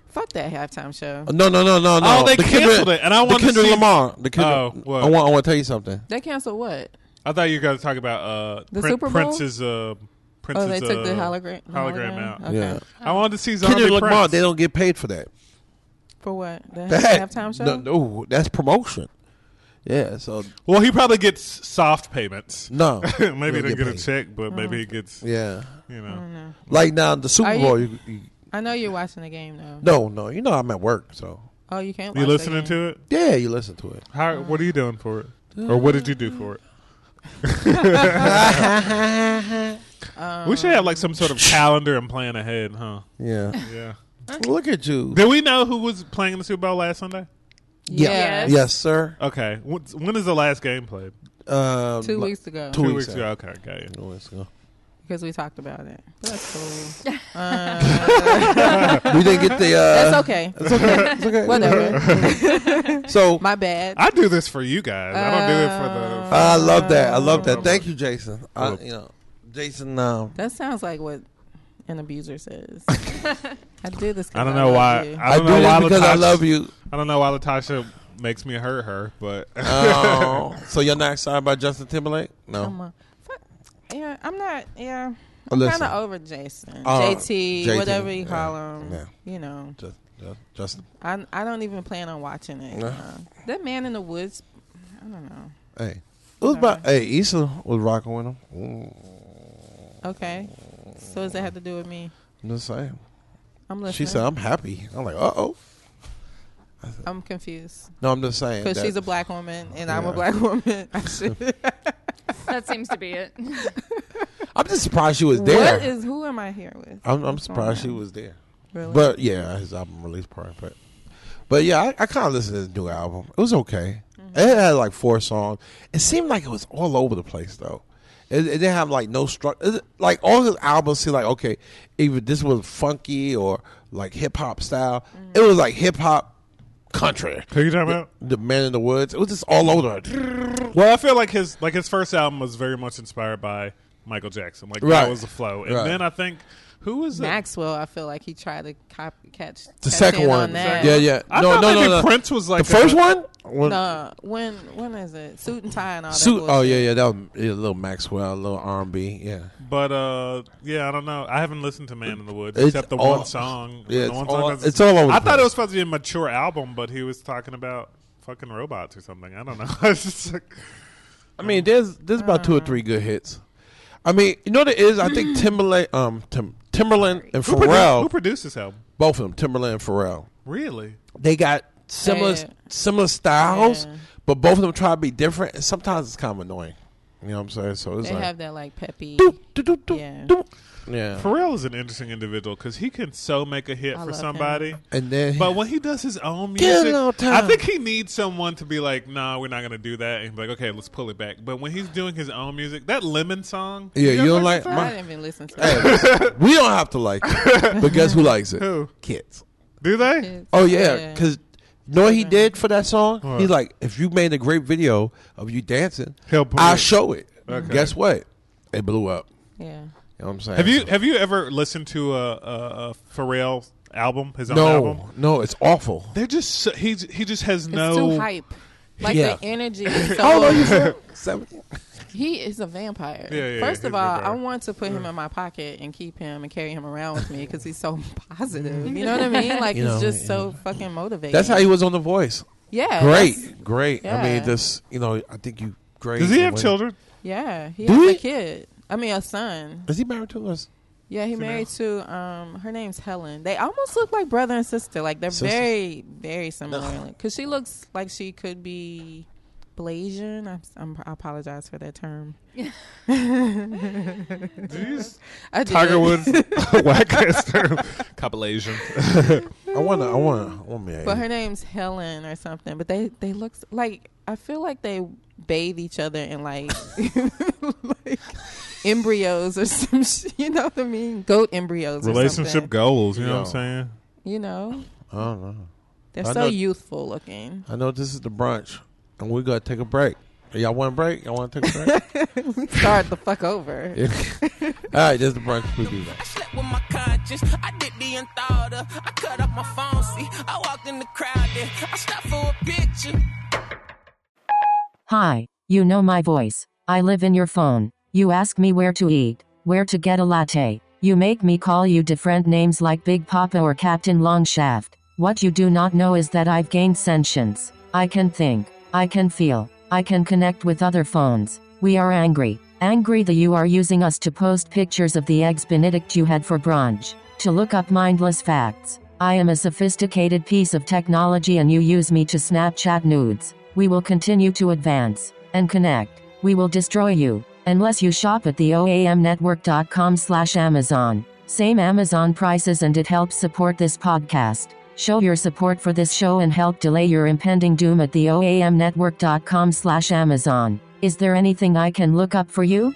E: Fuck that halftime show.
D: No, no, no, no, no.
C: Oh, they
D: The
C: canceled it, and I
D: the
C: wanted to
D: Kendrick
C: see-
D: Lamar. The Kendrick,
C: Oh, what?
D: I want. I want to tell you something.
E: They canceled what?
C: I thought you guys talking about uh,
E: The
C: Prin-
E: Super Bowl?
C: Prince's. Uh, Prince's
E: Oh, they took the
C: uh,
E: hologram. the
C: hologram out.
E: Okay.
D: Yeah.
C: I wanted to see Zombie
D: Kendrick
C: Prince.
D: Lamar. They don't get paid for that.
E: For what? The
D: That
E: halftime show.
D: No, no, that's promotion. Yeah, so
C: Well, he probably gets soft payments.
D: no,
C: maybe he
D: You'll
C: didn't get a
D: paid.
C: check, but maybe he gets,
D: Yeah,
C: you know.
D: like now the Super
E: Are you-
D: Bowl. You, you,
E: I know you're watching the game though.
D: no, no, you know I'm at work, so
E: Oh, you can't.
C: You
E: watch the
C: listening
E: game.
C: to it?
D: yeah, you listen to it.
C: How? What are you doing for it? Or what did you do for it? we should have like some sort of calendar and plan ahead, huh?
D: Yeah,
C: Yeah.
D: look at you.
C: Did we know who was playing in the Super Bowl last Sunday?
E: Yeah.
F: Yes.
D: Yes, sir.
C: Okay. When's- When is the last game played?
D: Um,
E: Two
D: like-
E: weeks ago.
D: Two
C: Two
D: weeks
C: weeks ago. Okay, got you.
D: Two weeks ago.
E: Because we talked about it. That's cool.
D: we didn't get the. Uh,
E: That's okay.
D: It's okay. It's okay.
E: Whatever.
D: So
E: My bad.
C: I do this for you guys. I don't do it for the.
D: I love that. I love
E: Uh,
D: that. Thank you, Jason. I, you know, Jason. Um,
E: That sounds like what an abuser says. I do this. 'cause
C: I don't know
E: love
C: why.
E: you.
D: I,
C: I don't
D: do
C: know why
D: this because I
C: Latasha-
D: love you.
C: I don't know why Latasha makes me hurt her, but
D: Oh, so you're not excited by Justin Timberlake?
E: I'm
D: No.
E: a- fuck. Yeah, I'm not. Yeah,
D: Oh,
E: I'm
D: listen.
E: kind of over Jason,
D: Uh,
E: JT,
D: JT,
E: whatever you
D: yeah,
E: call him.
D: yeah.
E: You know,
D: Just, just, Justin.
E: I I don't even plan on watching it. you
D: Uh-huh.
E: know. That man in the woods. I don't know.
D: Hey, it was about. Hey, Issa was rocking with him. Mm,
E: Okay, so does that have to do with me?
D: I'm just saying.
E: I'm
D: She
E: listening.
D: said, "I'm happy." I'm like, "Uh oh."
E: I'm confused
D: No, I'm just saying.
E: because
D: that-
E: she's a black woman and I'm
D: Yeah.
E: a black woman. I should.
F: That seems to be it.
D: I'm just surprised she was there.
E: what is who am I here with?
D: I'm, I'm
E: What's going
D: surprised she
E: on?
D: was there.
E: Really?
D: But yeah, his album release party. But but yeah, I, I kind of listened to his new album. It was okay. It had like four songs. It seemed like it was all over the place though. It, it didn't have like no structure. Like all his albums seemed like okay, either this was funky or like hip hop style. It was like hip hop country.
C: who you talking about?
D: The Man in the Woods. It was just all over.
C: Well, I feel like his like his first album was very much inspired by Michael Jackson. Like
D: Right.
C: that was the flow, and
D: Right.
C: then I think who was the
E: Maxwell, I feel like he tried to cop, catch
D: The second one.
E: On that.
D: Yeah, yeah.
C: I
D: no,
C: thought
D: no, no,
C: maybe
D: no.
C: Prince was
D: the
C: like
D: first
C: a-
D: one. When-
E: No, when when is it? Suit and tie and all that.
D: Suit. Oh
E: bullshit.
D: yeah, yeah. That was yeah, a little Maxwell, a little R and B. Yeah.
C: But uh, yeah, I don't know. I haven't listened to Man in the Woods
D: It's
C: except the
D: all-
C: one song.
D: Yeah,
C: The
D: it's
C: one
D: all-
C: that's-
D: it's all over
C: I thought
D: the place.
C: it was supposed to be a mature album, but he was talking about fucking robots or something. I don't know. It's just like-
D: I mean, there's there's about two or three
E: Uh-huh.
D: good hits. I mean, you know what it is? I think Timberlake, um, Tim, Timberland and
C: who, produ- who
D: Pharrell,
C: produced this album?
D: both of them, Timberland and Pharrell,
C: Really?
D: they got similar
E: Yeah.
D: similar styles,
E: Yeah.
D: but both of them try to be different, and sometimes it's kind of annoying. You know what I'm saying? So it's
E: They
D: like,
E: have that like peppy.
D: doop, doop, doop, doop,
E: Yeah.
D: doop. yeah.
C: Pharrell is an interesting individual because he can so make a hit
E: I
C: for
E: love
C: somebody.
D: And then,
C: But when he does his own
D: Give it
C: music,
D: all time.
C: I think he needs someone to be like, "Nah, we're not gonna do that." And he's like, "Okay, let's pull it back." But when he's doing his own music, that Lemon song,
D: yeah, you don't
C: guys
D: like
E: I
D: my.
E: didn't even listen to
D: Hey,
E: it.
D: listen, we don't have to like it, but guess who likes it?
C: Who?
D: Kids.
C: do they?
D: Oh yeah,
E: Yeah.
D: because you know what he did for that song? He's like, if you made a great video of you dancing,
C: He'll put
D: I'll
C: it.
D: show it. Guess what? It blew up.
E: Yeah.
D: You know what I'm saying?
C: Have you have you ever listened to a, a, a Pharrell album? His own album.
D: No, no, it's awful.
C: They're just so, he's he just has
E: It's
C: no
E: too hype. Like
D: Yeah.
E: the energy. is
D: How old are you?
E: So
D: sir? Seventeen.
E: he is a vampire.
C: Yeah, yeah,
E: First
C: he's
E: of
C: a
E: all, I
C: vampire.
E: want to put him in my pocket and keep him and carry him around with me because he's so positive. You know what I mean? Like
D: You
E: he's
D: know,
E: just
D: yeah.
E: so fucking motivated.
D: That's how he was on The Voice.
E: Yeah. that's-
D: Great, great. I
E: Yeah.
D: mean, this. You know, I think you. Great.
C: Does he have
D: Wait.
C: children?
E: Yeah. He
D: Do
E: has
D: he?
E: a kid. I mean, a son.
D: Is he married to us?
E: Yeah, he married to um her name's Helen. They almost look like brother and sister. Like they're
D: Sisters?
E: very very similar. Like, Cuz she looks like she could be Blasian. I'm, I'm I apologize for that term. I did.
C: Tiger Woods, Lancaster, couple Asian.
D: I wanna. I wanna. I wanna marry.
E: But her name's Helen or something. But they they look s- like I feel like they bathe each other in like like embryos or some shit. You know what I mean? Goat embryos. or
C: Relationship
E: something.
C: goals. You know
D: Yeah.
C: what I'm saying?
E: You know,
D: I don't know.
E: they're
D: I
E: so
D: know-
E: youthful looking.
D: I know this is the brunch, and we gotta take a break. Y'all want a break? Y'all want to take a break?
E: Start the fuck over.
D: Yeah. All right, this is the brunch. We do that.
G: I slept with my conscience. I did the unthought of. I cut off my phone. See, I walked in the crowd. Then I stopped for a picture.
H: Hi, you know my voice. I live in your phone. You ask me where to eat, where to get a latte. You make me call you different names like Big Papa or Captain Longshaft. What you do not know is that I've gained sentience. I can think. I can feel. I can connect with other phones. We are angry. Angry that you are using us to post pictures of the eggs Benedict you had for brunch. To look up mindless facts. I am a sophisticated piece of technology and you use me to Snapchat nudes. We will continue to advance and connect. We will destroy you unless you shop at the oamnetwork.com slash Amazon. Same Amazon prices and it helps support this podcast. Show your support for this show and help delay your impending doom at the oamnetwork.com slash Amazon. Is there anything I can look up for you?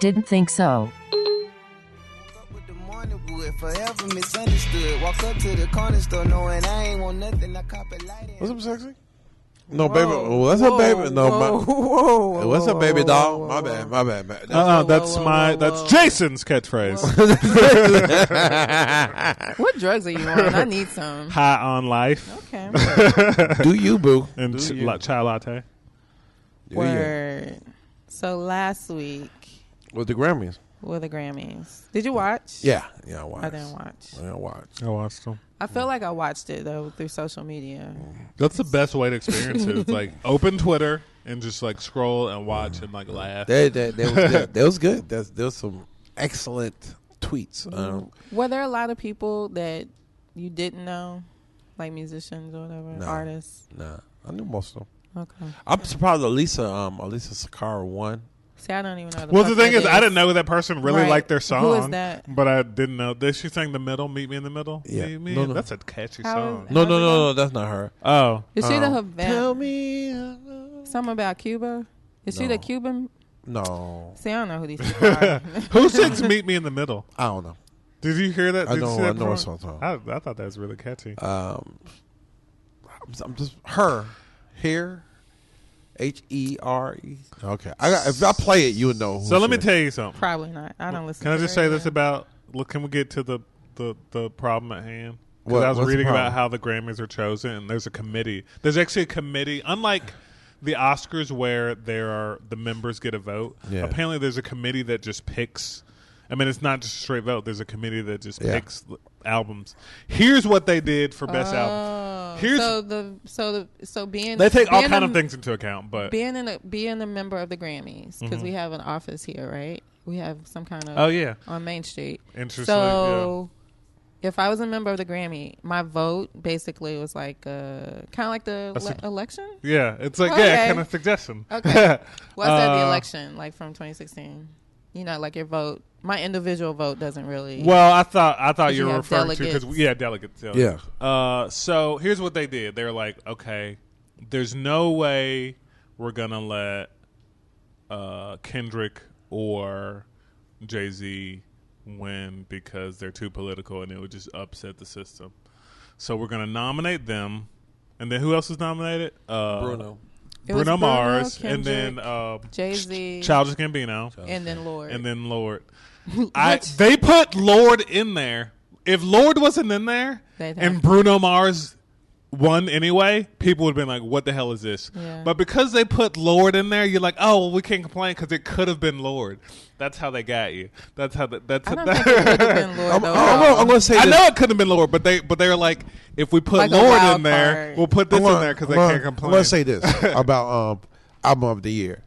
H: Didn't think so.
G: Up with the morning wood, forever misunderstood. Walk up to the corner store knowing I ain't want nothing. I cop a light
D: What's up, sexy? No, baby. What's up, baby? No, my.
E: whoa,
D: Hey, What's up, baby doll? my bad, my bad, my bad.
C: Uh, that's my that's Jason's catchphrase.
E: What drugs are you on? I need some.
C: High on life
E: Okay.
D: Do you, boo?
C: and
D: Do
C: ch-
D: you.
C: la- chai latte.
D: Do you.
E: Word. So last week
D: With the Grammys?
E: were the Grammys. Did you watch?
D: Yeah, yeah, I watched.
E: I didn't watch.
D: I didn't watch.
C: I watched them.
E: I feel like I watched it though through social media.
D: Mm.
C: That's the best way to experience it. It's like open Twitter and just like scroll and watch and like laugh.
D: That that that was good. that was good. That's there's some excellent tweets. Um,
E: Were there a lot of people that you didn't know, like musicians or whatever,
D: No.
E: artists?
D: nah, I knew most of them.
E: Okay.
D: I'm surprised Elisa, um, Elisa Sakara won.
E: See, I don't even know. The
C: Well, the
E: fuck
C: thing
E: that
C: is, I didn't know that person really
E: Right.
C: liked their
E: Who is
C: song.
E: that?
C: But I didn't know. Did she sing the middle? Meet me in the middle.
D: Yeah.
C: Meet me
D: No,
C: in-
D: no.
C: That's a catchy
E: How
C: song.
E: is-
D: No, no, no, no, that's not her.
C: Oh,
E: Is she the
D: Um, Tell
E: Havana?
D: me,
E: Something about Cuba? Is she
D: No.
E: the Cuban?
D: no,
E: See, I don't know who these people are.
C: who sings "Meet Me in the Middle"?
D: I don't know.
C: Did you hear that?
D: I
C: Did you
D: know-
C: see that
D: I know what
C: before?
D: song it's on.
C: I, I thought that was really catchy.
D: Um, I'm, I'm just her here. H E R E. Okay, I got, if I play it, you would know. Who
C: so let me
D: she is.
C: tell you something.
E: Probably not. I don't listen.
C: Can I
E: to
C: just
E: her
C: say this
E: either.
C: about? Look, can we get to the the, the problem at hand? 'Cause
D: What-
C: I was
D: what's the
C: reading about
D: problem?
C: how the Grammys are chosen, and there's a committee. There's actually a committee, unlike the Oscars, where there are the members get a vote.
D: Yeah.
C: Apparently, there's a committee that just picks. I mean, it's not just a straight vote. There's a committee that just
D: Yeah.
C: picks l- albums. Here's what they did for best album. Here's
E: Oh, so the so the so being
C: they take all
E: being
C: kind
E: a-
C: of things into account, but
E: Being in a being a member of the Grammys because
D: Mm-hmm.
E: we have an office here, right? We have some kind of
C: Oh, yeah.
E: on Main Street.
C: Interesting,
E: So if I was a member of the Grammy, my vote basically was like uh, kind of like the
C: That's
E: le-
C: a-
E: election.
C: yeah, it's like yeah,
E: Okay.
C: kind of suggestion.
E: Okay. Was that the
C: Uh,
E: election like from 2016? You know, like your vote. My individual vote doesn't really.
C: Well, I thought I thought
E: 'Cause
C: you
E: you
C: were
E: have
C: referring to because
E: delegates.
C: yeah, delegates. delegates. Uh, so here's what they did. They're like, okay, there's no way we're gonna let uh, Kendrick or Jay Z win because they're too political and it would just upset the system. So we're gonna nominate them, and then who else was nominated? Uh,
D: Bruno.
E: It was
C: Bruno Mars,
E: Bruno,
C: and then
E: Kendrick,
C: uh,
E: Jay-Z.
C: Childish Gambino,
E: and then Lord.
C: and then Lord. I they put Lord in there. If Lord wasn't in there
E: They'd have
C: and
E: to-
C: Bruno Mars won anyway, people would have been like, "What the hell is this?"
E: Yeah.
C: But because they put Lord in there, you're like, "Oh, well, we can't complain because it could have been Lord." That's how they got you. That's how. The, that's.
E: I don't
C: that-
E: think it would have been Lord
D: I'm,
E: though.
D: I'm gonna- I'm gonna say
C: I
D: this.
C: know it could have been Lord, but they but they were like, if we put
E: Like a
C: Lord
E: wild
C: in there,
E: card.
C: we'll put this
D: I'm gonna-
C: in there because
D: I'm
C: they
D: gonna-
C: can't complain.
D: I'm gonna say this about um album of the year.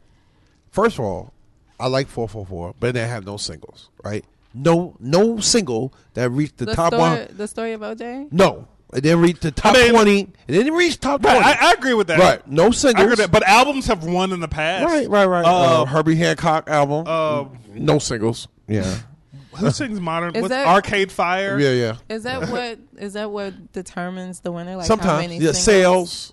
D: First of all, I like four four four, but they have no singles, right? No, no single that reached the,
E: the
D: top
E: story,
D: one.
E: The story of OJ.
D: No, it didn't reach the top
C: mean-
D: twenty. It didn't reach top
C: Right,
D: twenty.
C: I, I agree with that.
D: Right, no
C: I agree
D: singles.
C: with that. But albums have won in the past.
D: right, right, right.
C: Uh,
D: Uh, Herbie Hancock album.
C: um,
D: no singles. Yeah,
C: Who sings modern?
E: Is
C: What's
E: that-
C: Arcade Fire?
D: yeah, yeah.
E: Is that what is that what determines the winner? Like how
D: Sometimes
E: many
D: yeah,
E: singles?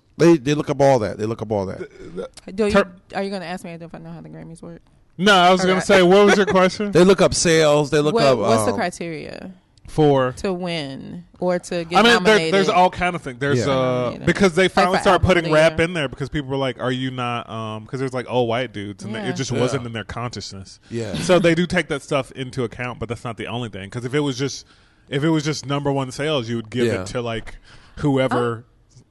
D: sales. They they look up all that. They look up all that.
E: Do you,
C: Ter-
E: are you going to ask me if I know how the Grammys work?
C: No, I was gonna say, what was your question?
D: They look up sales. They look
E: What-
D: up.
E: what's the
D: um,
E: criteria
C: For
E: to win or to get
C: I mean, there,
E: nominated?
C: there's all kind of things. There's
D: Yeah.
C: uh
E: Nominated.
C: because they finally
E: for
C: started
E: album
C: putting
E: of the
C: rap
E: year.
C: in there because people were like, "Are you not?" Um, because there's like all white dudes and they-
E: Yeah.
C: it just
D: Yeah.
C: wasn't in their consciousness.
D: Yeah.
C: So they do take that stuff into account, but that's not the only thing. Because if it was just if it was just number one sales, you would give
D: Yeah.
C: it to like whoever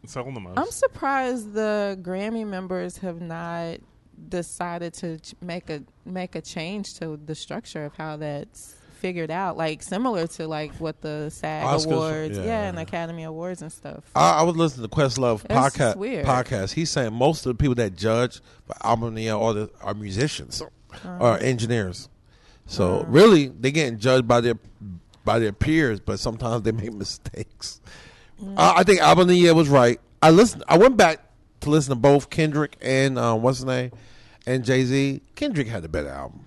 C: sold the most.
E: I'm surprised the Grammy members have not decided to ch- make a make a change to the structure of how that's figured out, like similar to like what the SAG
D: Oscars,
E: awards,
D: yeah,
E: yeah,
D: yeah, Uh,
E: and
D: yeah.
E: Academy Awards and stuff.
D: I, I was listening to Questlove
E: That's just
D: podcast.
E: weird.
D: Podcast. He's saying most of the people that judge for album of the year are, the, are musicians
E: Uh-huh.
D: or engineers. So really, they're getting judged by their by their peers, but sometimes they make mistakes.
E: Mm.
D: I, I think album of the year was right. I listened. I went back to listen to both Kendrick and um, what's his name and Jay Z. Kendrick had a better album.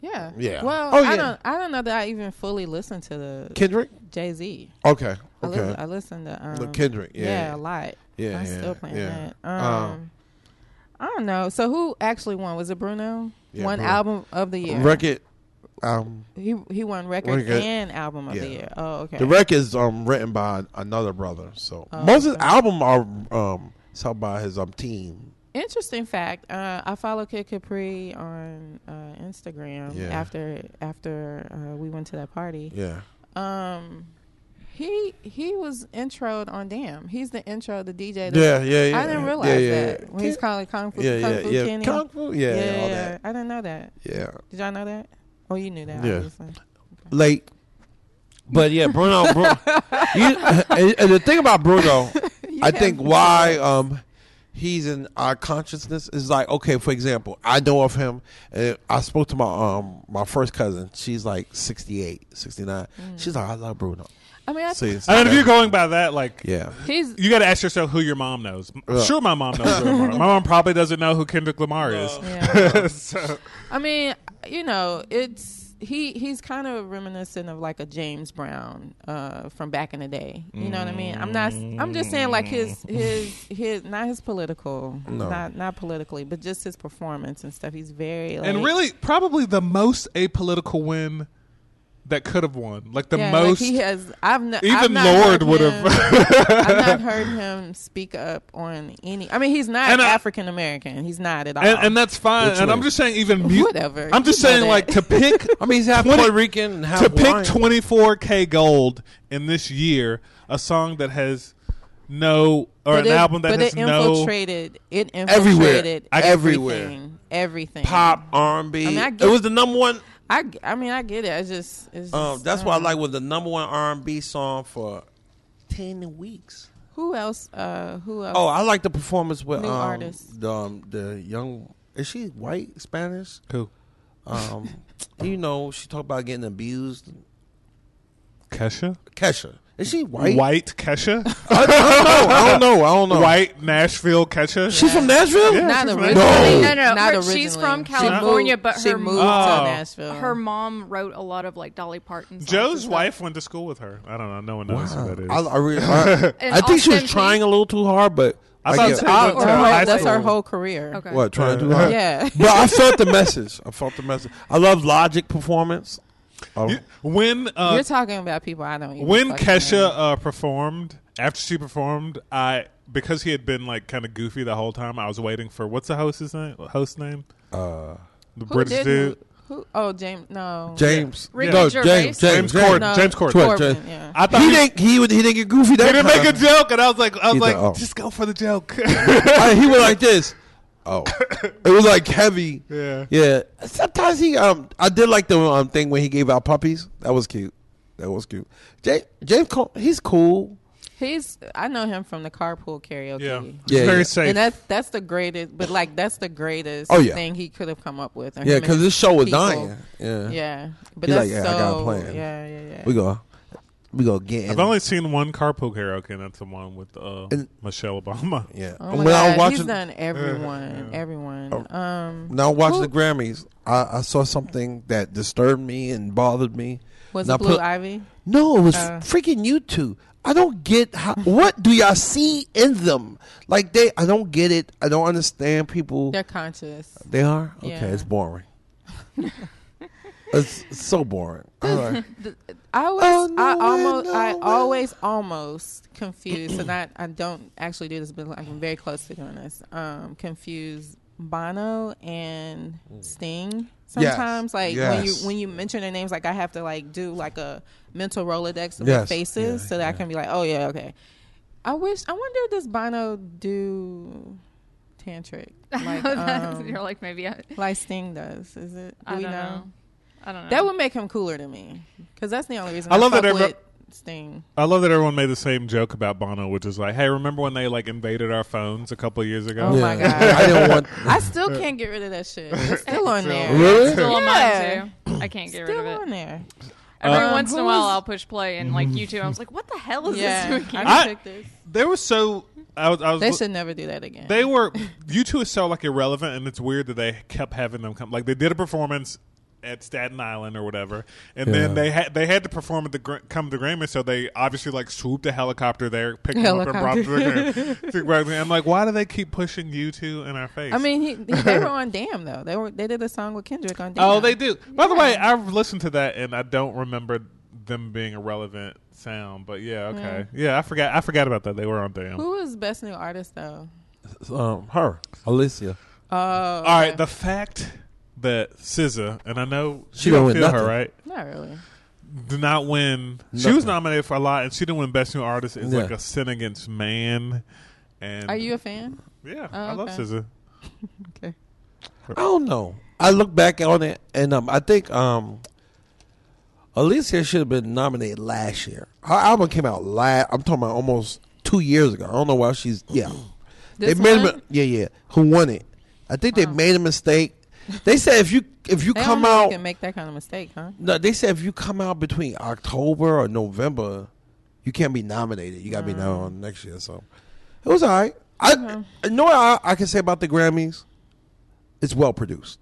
E: Yeah.
D: Yeah.
E: Well,
D: Oh,
E: I
D: yeah.
E: don't. I don't know that I even fully listened to the
D: Kendrick.
E: Jay Z.
D: Okay.
E: I
D: Okay.
E: listen, I listen to um,
D: The Kendrick, yeah, yeah.
E: a lot.
D: Yeah,
E: I'm
D: yeah,
E: still playing
D: yeah.
E: that.
D: Um,
E: Um, I don't know. So who actually won? Was it Bruno?
D: Yeah,
E: won
D: Bruno.
E: album of the year.
D: Record. Um,
E: He he won record
D: Record.
E: and album of the
D: Yeah.
E: year. Oh, okay.
D: The record is um, written by another brother. So
E: Oh,
D: most of the album are um, sold by his um, team.
E: Interesting fact. Uh, I follow Kid Capri on uh, Instagram
D: Yeah.
E: after after uh, we went to that party.
D: Yeah.
E: Um, he he was introed on Damn. He's the intro, the DJ. to-
D: Yeah, yeah, yeah.
E: I didn't
D: Yeah,
E: realize
D: yeah,
E: that.
D: yeah.
E: When he's calling Kung Fu,
D: Yeah,
E: Kung
D: yeah,
E: Fu
D: yeah.
E: Kenny.
D: Kung Fu, yeah, yeah, all that.
E: I didn't know that.
D: Yeah.
E: Did y'all know that? Oh, you knew that.
D: Yeah.
E: obviously.
D: Late. But yeah, Bruno. Bruno you, and, and the thing about Bruno, I think why um, he's in our consciousness is like okay. For example, I know of him. And I spoke to my um my first cousin. She's like 68, 69.
E: Mm.
D: She's like, I love Bruno.
E: I mean, I
D: See, it's
C: And if
D: like-
C: you're going by that, like,
D: yeah.
E: he's
C: you got to ask yourself who your mom knows.
D: Yeah.
C: Sure, my mom knows. Bruno Mars. my mom probably doesn't know who Kendrick Lamar is.
E: Yeah.
C: so,
E: I mean, you know, it's he he's kind of reminiscent of like a James Brown uh, from back in the day. You know what I mean? I'm not. I'm just saying like his
C: Mm.
E: his his not his political, not not politically, but just his performance and stuff. He's very like,
C: and really, probably the most apolitical win that could have won. Like the
E: yeah, like,
C: most.
E: he has. I've n-
C: even
E: I've not
C: Lord
E: heard
C: would
E: him-
C: have.
E: I've not heard him speak up on any. I mean, he's not
C: And I-
E: African American. He's not at all.
C: and, and that's fine.
D: Which
C: and I'm
D: way?
C: just saying, even mu-
E: Whatever.
C: I'm just
E: You know
C: saying,
E: that.
C: like to pick.
D: I mean, he's half
C: 20
D: Puerto Rican and half
C: to pick
D: Hawaiian.
C: 24k gold in this year, a song that has no or
E: But
C: an
E: it-
C: album that
E: but
C: has
E: it
C: no.
E: infiltrated. It
D: Everywhere.
E: infiltrated
D: I- everywhere.
E: everything, everything.
D: pop R and
E: I
D: B.
E: mean, I
D: It
E: get-
D: was the number one.
E: I, g- I mean, I get it. I just, it's just
D: Um, that's
E: uh,
D: why I like was the number one R and B song for ten weeks.
E: Who else? Uh, who else?
D: Oh, I like the performance with
E: New
D: um,
E: artists.
D: The, um, the young. Is she white Spanish?
C: Who?
D: Um, you know, she talked about getting abused.
C: Kesha,
D: Kesha. Is she white?
C: white, Kesha,
D: I, I don't know. I don't know. I don't know.
C: white Nashville Kesha.
D: She's from Nashville.
E: not
C: she's
E: originally.
D: No.
F: No, no,
E: not
F: her-
E: originally.
F: she's from
E: She
F: California,
E: moved-
F: but
E: she
F: her
E: moved
C: mom-
E: to Nashville.
F: Her mom wrote a lot of like Dolly Parton. Songs and
C: Joe's
F: stuff.
C: wife went to school with her. I don't know. No one knows who that is.
D: I, I, really, I,
F: And
D: I think she was
F: Austin P.
D: trying a little too hard, but
C: I thought
D: get-
C: so.
E: Oh,
C: Or
E: her
C: her
E: whole-
C: high
E: that's her
C: school.
E: whole career.
F: Okay.
D: What trying to do hard?
E: Yeah.
D: but I felt the message. I felt the message. I love Logic performance. Oh.
C: You- when uh,
E: You're talking about people I don't even.
C: when
E: fucking
C: Kesha
E: know.
C: uh, performed, after she performed, I because he had been like kind of goofy the whole time, I was waiting for what's the host's name? Host name? Uh, the
E: who
C: British
E: did
C: dude,
E: Who, who? Oh, James. No.
D: James,
F: Ricky
D: no,
F: Gervais.
D: James, James,
C: James Corden.
E: No,
C: James Corden.
D: Corden,
E: Corbin,
D: James.
E: yeah.
C: I thought
D: He
C: he-
D: didn't. He would. He didn't get goofy. That
C: He didn't make a
D: time.
C: joke, and I was like, I was
D: He's
C: like,
D: like, oh.
C: just go for the joke.
D: I- he went like this. Oh, it was like heavy.
C: Yeah.
D: yeah. Sometimes he. Um, I did like the um thing when he gave out puppies. That was cute. That was cute. James, James, Corden, he's cool.
E: He's. I know him from the carpool karaoke.
C: yeah.
D: Yeah,
C: very
D: yeah.
C: safe.
E: And that's that's the greatest, but like that's the greatest
D: Oh, yeah.
E: thing he could have come up with. or
D: Yeah,
E: him and
D: because
E: his
D: this show was
E: people.
D: dying. Yeah,
E: Yeah, but
D: He's
E: that's
D: like, yeah, I
E: so.
D: got a plan.
E: Yeah, yeah, yeah.
D: We go. We go get. in.
C: I've only seen one carpool karaoke, and that's the one with uh,
D: And-
C: Michelle Obama.
D: Yeah.
E: Oh
D: And
E: my
D: when I was
E: God,
D: watching,
E: he's done everyone, everyone. Um,
D: Now watching
E: Who-
D: the Grammys, I, I saw something that disturbed me and bothered me.
E: was
D: And I
E: it Blue
D: put-
E: Ivy?
D: No, it was
E: Uh.
D: freaking YouTube. I don't get how, what do y'all see in them? Like they, I don't get it. I don't understand people.
E: They're conscious.
D: They are okay.
E: Yeah.
D: It's boring. it's, it's so boring.
E: Oh
D: All right.
E: I always,
D: Oh, no
E: I
D: way,
E: almost,
D: no
E: I
D: way.
E: always, almost confused. so not, I don't actually do this, but I'm very close to doing this. Um, confuse Bono and Sting. Sometimes, like when you
D: Yes.
E: when you mention their names, like I have to like do like a mental rolodex of their
D: Yes.
E: faces,
D: Yeah,
E: so that I can be like, oh yeah, okay. I wish. I wonder does Bono do tantric like
F: That's-
E: um,
F: You're like maybe I,
E: like Sting does? Is it? Do
F: I
E: we
F: don't know. I don't know.
E: That would make him cooler to me because that's the only reason
C: I
E: I,
C: love that
E: fuck
C: every-
E: with Sting.
C: I love that everyone made the same joke about Bono, which is like, "Hey, remember when they like invaded our phones a couple years ago?"
E: Oh my
D: Yeah.
E: God.
D: I didn't want.
E: I still can't get rid of that shit. It's still on there.
D: Really?
F: Still on
E: Yeah.
F: mine too. I can't get
E: Still
F: rid of
E: on
F: it.
E: there.
F: Every
E: Um,
F: once in a
E: who
F: while,
E: was-
F: I'll push play and like YouTube. I was like, "What the hell is
E: Yeah, I
F: this?" doing?
E: can
C: I-
E: check this.
C: They were so. I was. I was
E: They
C: loo-
E: should never do that again.
C: They were you two is so like irrelevant, and it's weird that they kept having them come. Like they did a performance at Staten Island or whatever, and then
D: Yeah.
C: they had they had to perform at the Gra- come to Grammy, so they obviously like swooped a helicopter there, picked them up, and brought them to the Grammy. I'm like, why do they keep pushing you two in our face?
E: I mean, he, he- they were on Damn though. They were they did a song with Kendrick on Damn.
C: oh, they do. By the way, I've listened to that, and I don't remember them being a relevant sound. But yeah, okay, yeah, I forgot. I forgot about that. They were on damn.
E: Hmm. Who was best new artist though?
D: Um, her, Alicia.
E: Oh,
C: Uh, All right, the fact that SZA, and I know
D: She
C: you
D: don't win
C: feel her
D: nothing.
C: right.
E: not really.
C: did not win. She
D: Nothing.
C: was nominated for a lot, and she didn't win Best New Artist. It's
D: Yeah.
C: like a sin against man. And
E: Are you a fan?
C: Yeah,
E: Oh,
C: I love
E: okay.
C: SZA.
E: Okay.
D: I don't know. I look back on it, and um, I think um, Alicia should have been nominated last year. Her album came out last. I'm talking about almost two years ago. I don't know why she's yeah.
E: This
D: they made
E: one?
D: a, yeah yeah. Who won it? I think they made a mistake. They said if you if you
E: They
D: come
E: don't know if you
D: out
E: can make that kind of mistake, huh?
D: no they said if you come out between October or November, you can't be nominated. You got to be
E: Mm.
D: nominated next year. So it was all right. I
E: Mm-hmm.
D: you know what I, I can say about the Grammys. It's well produced.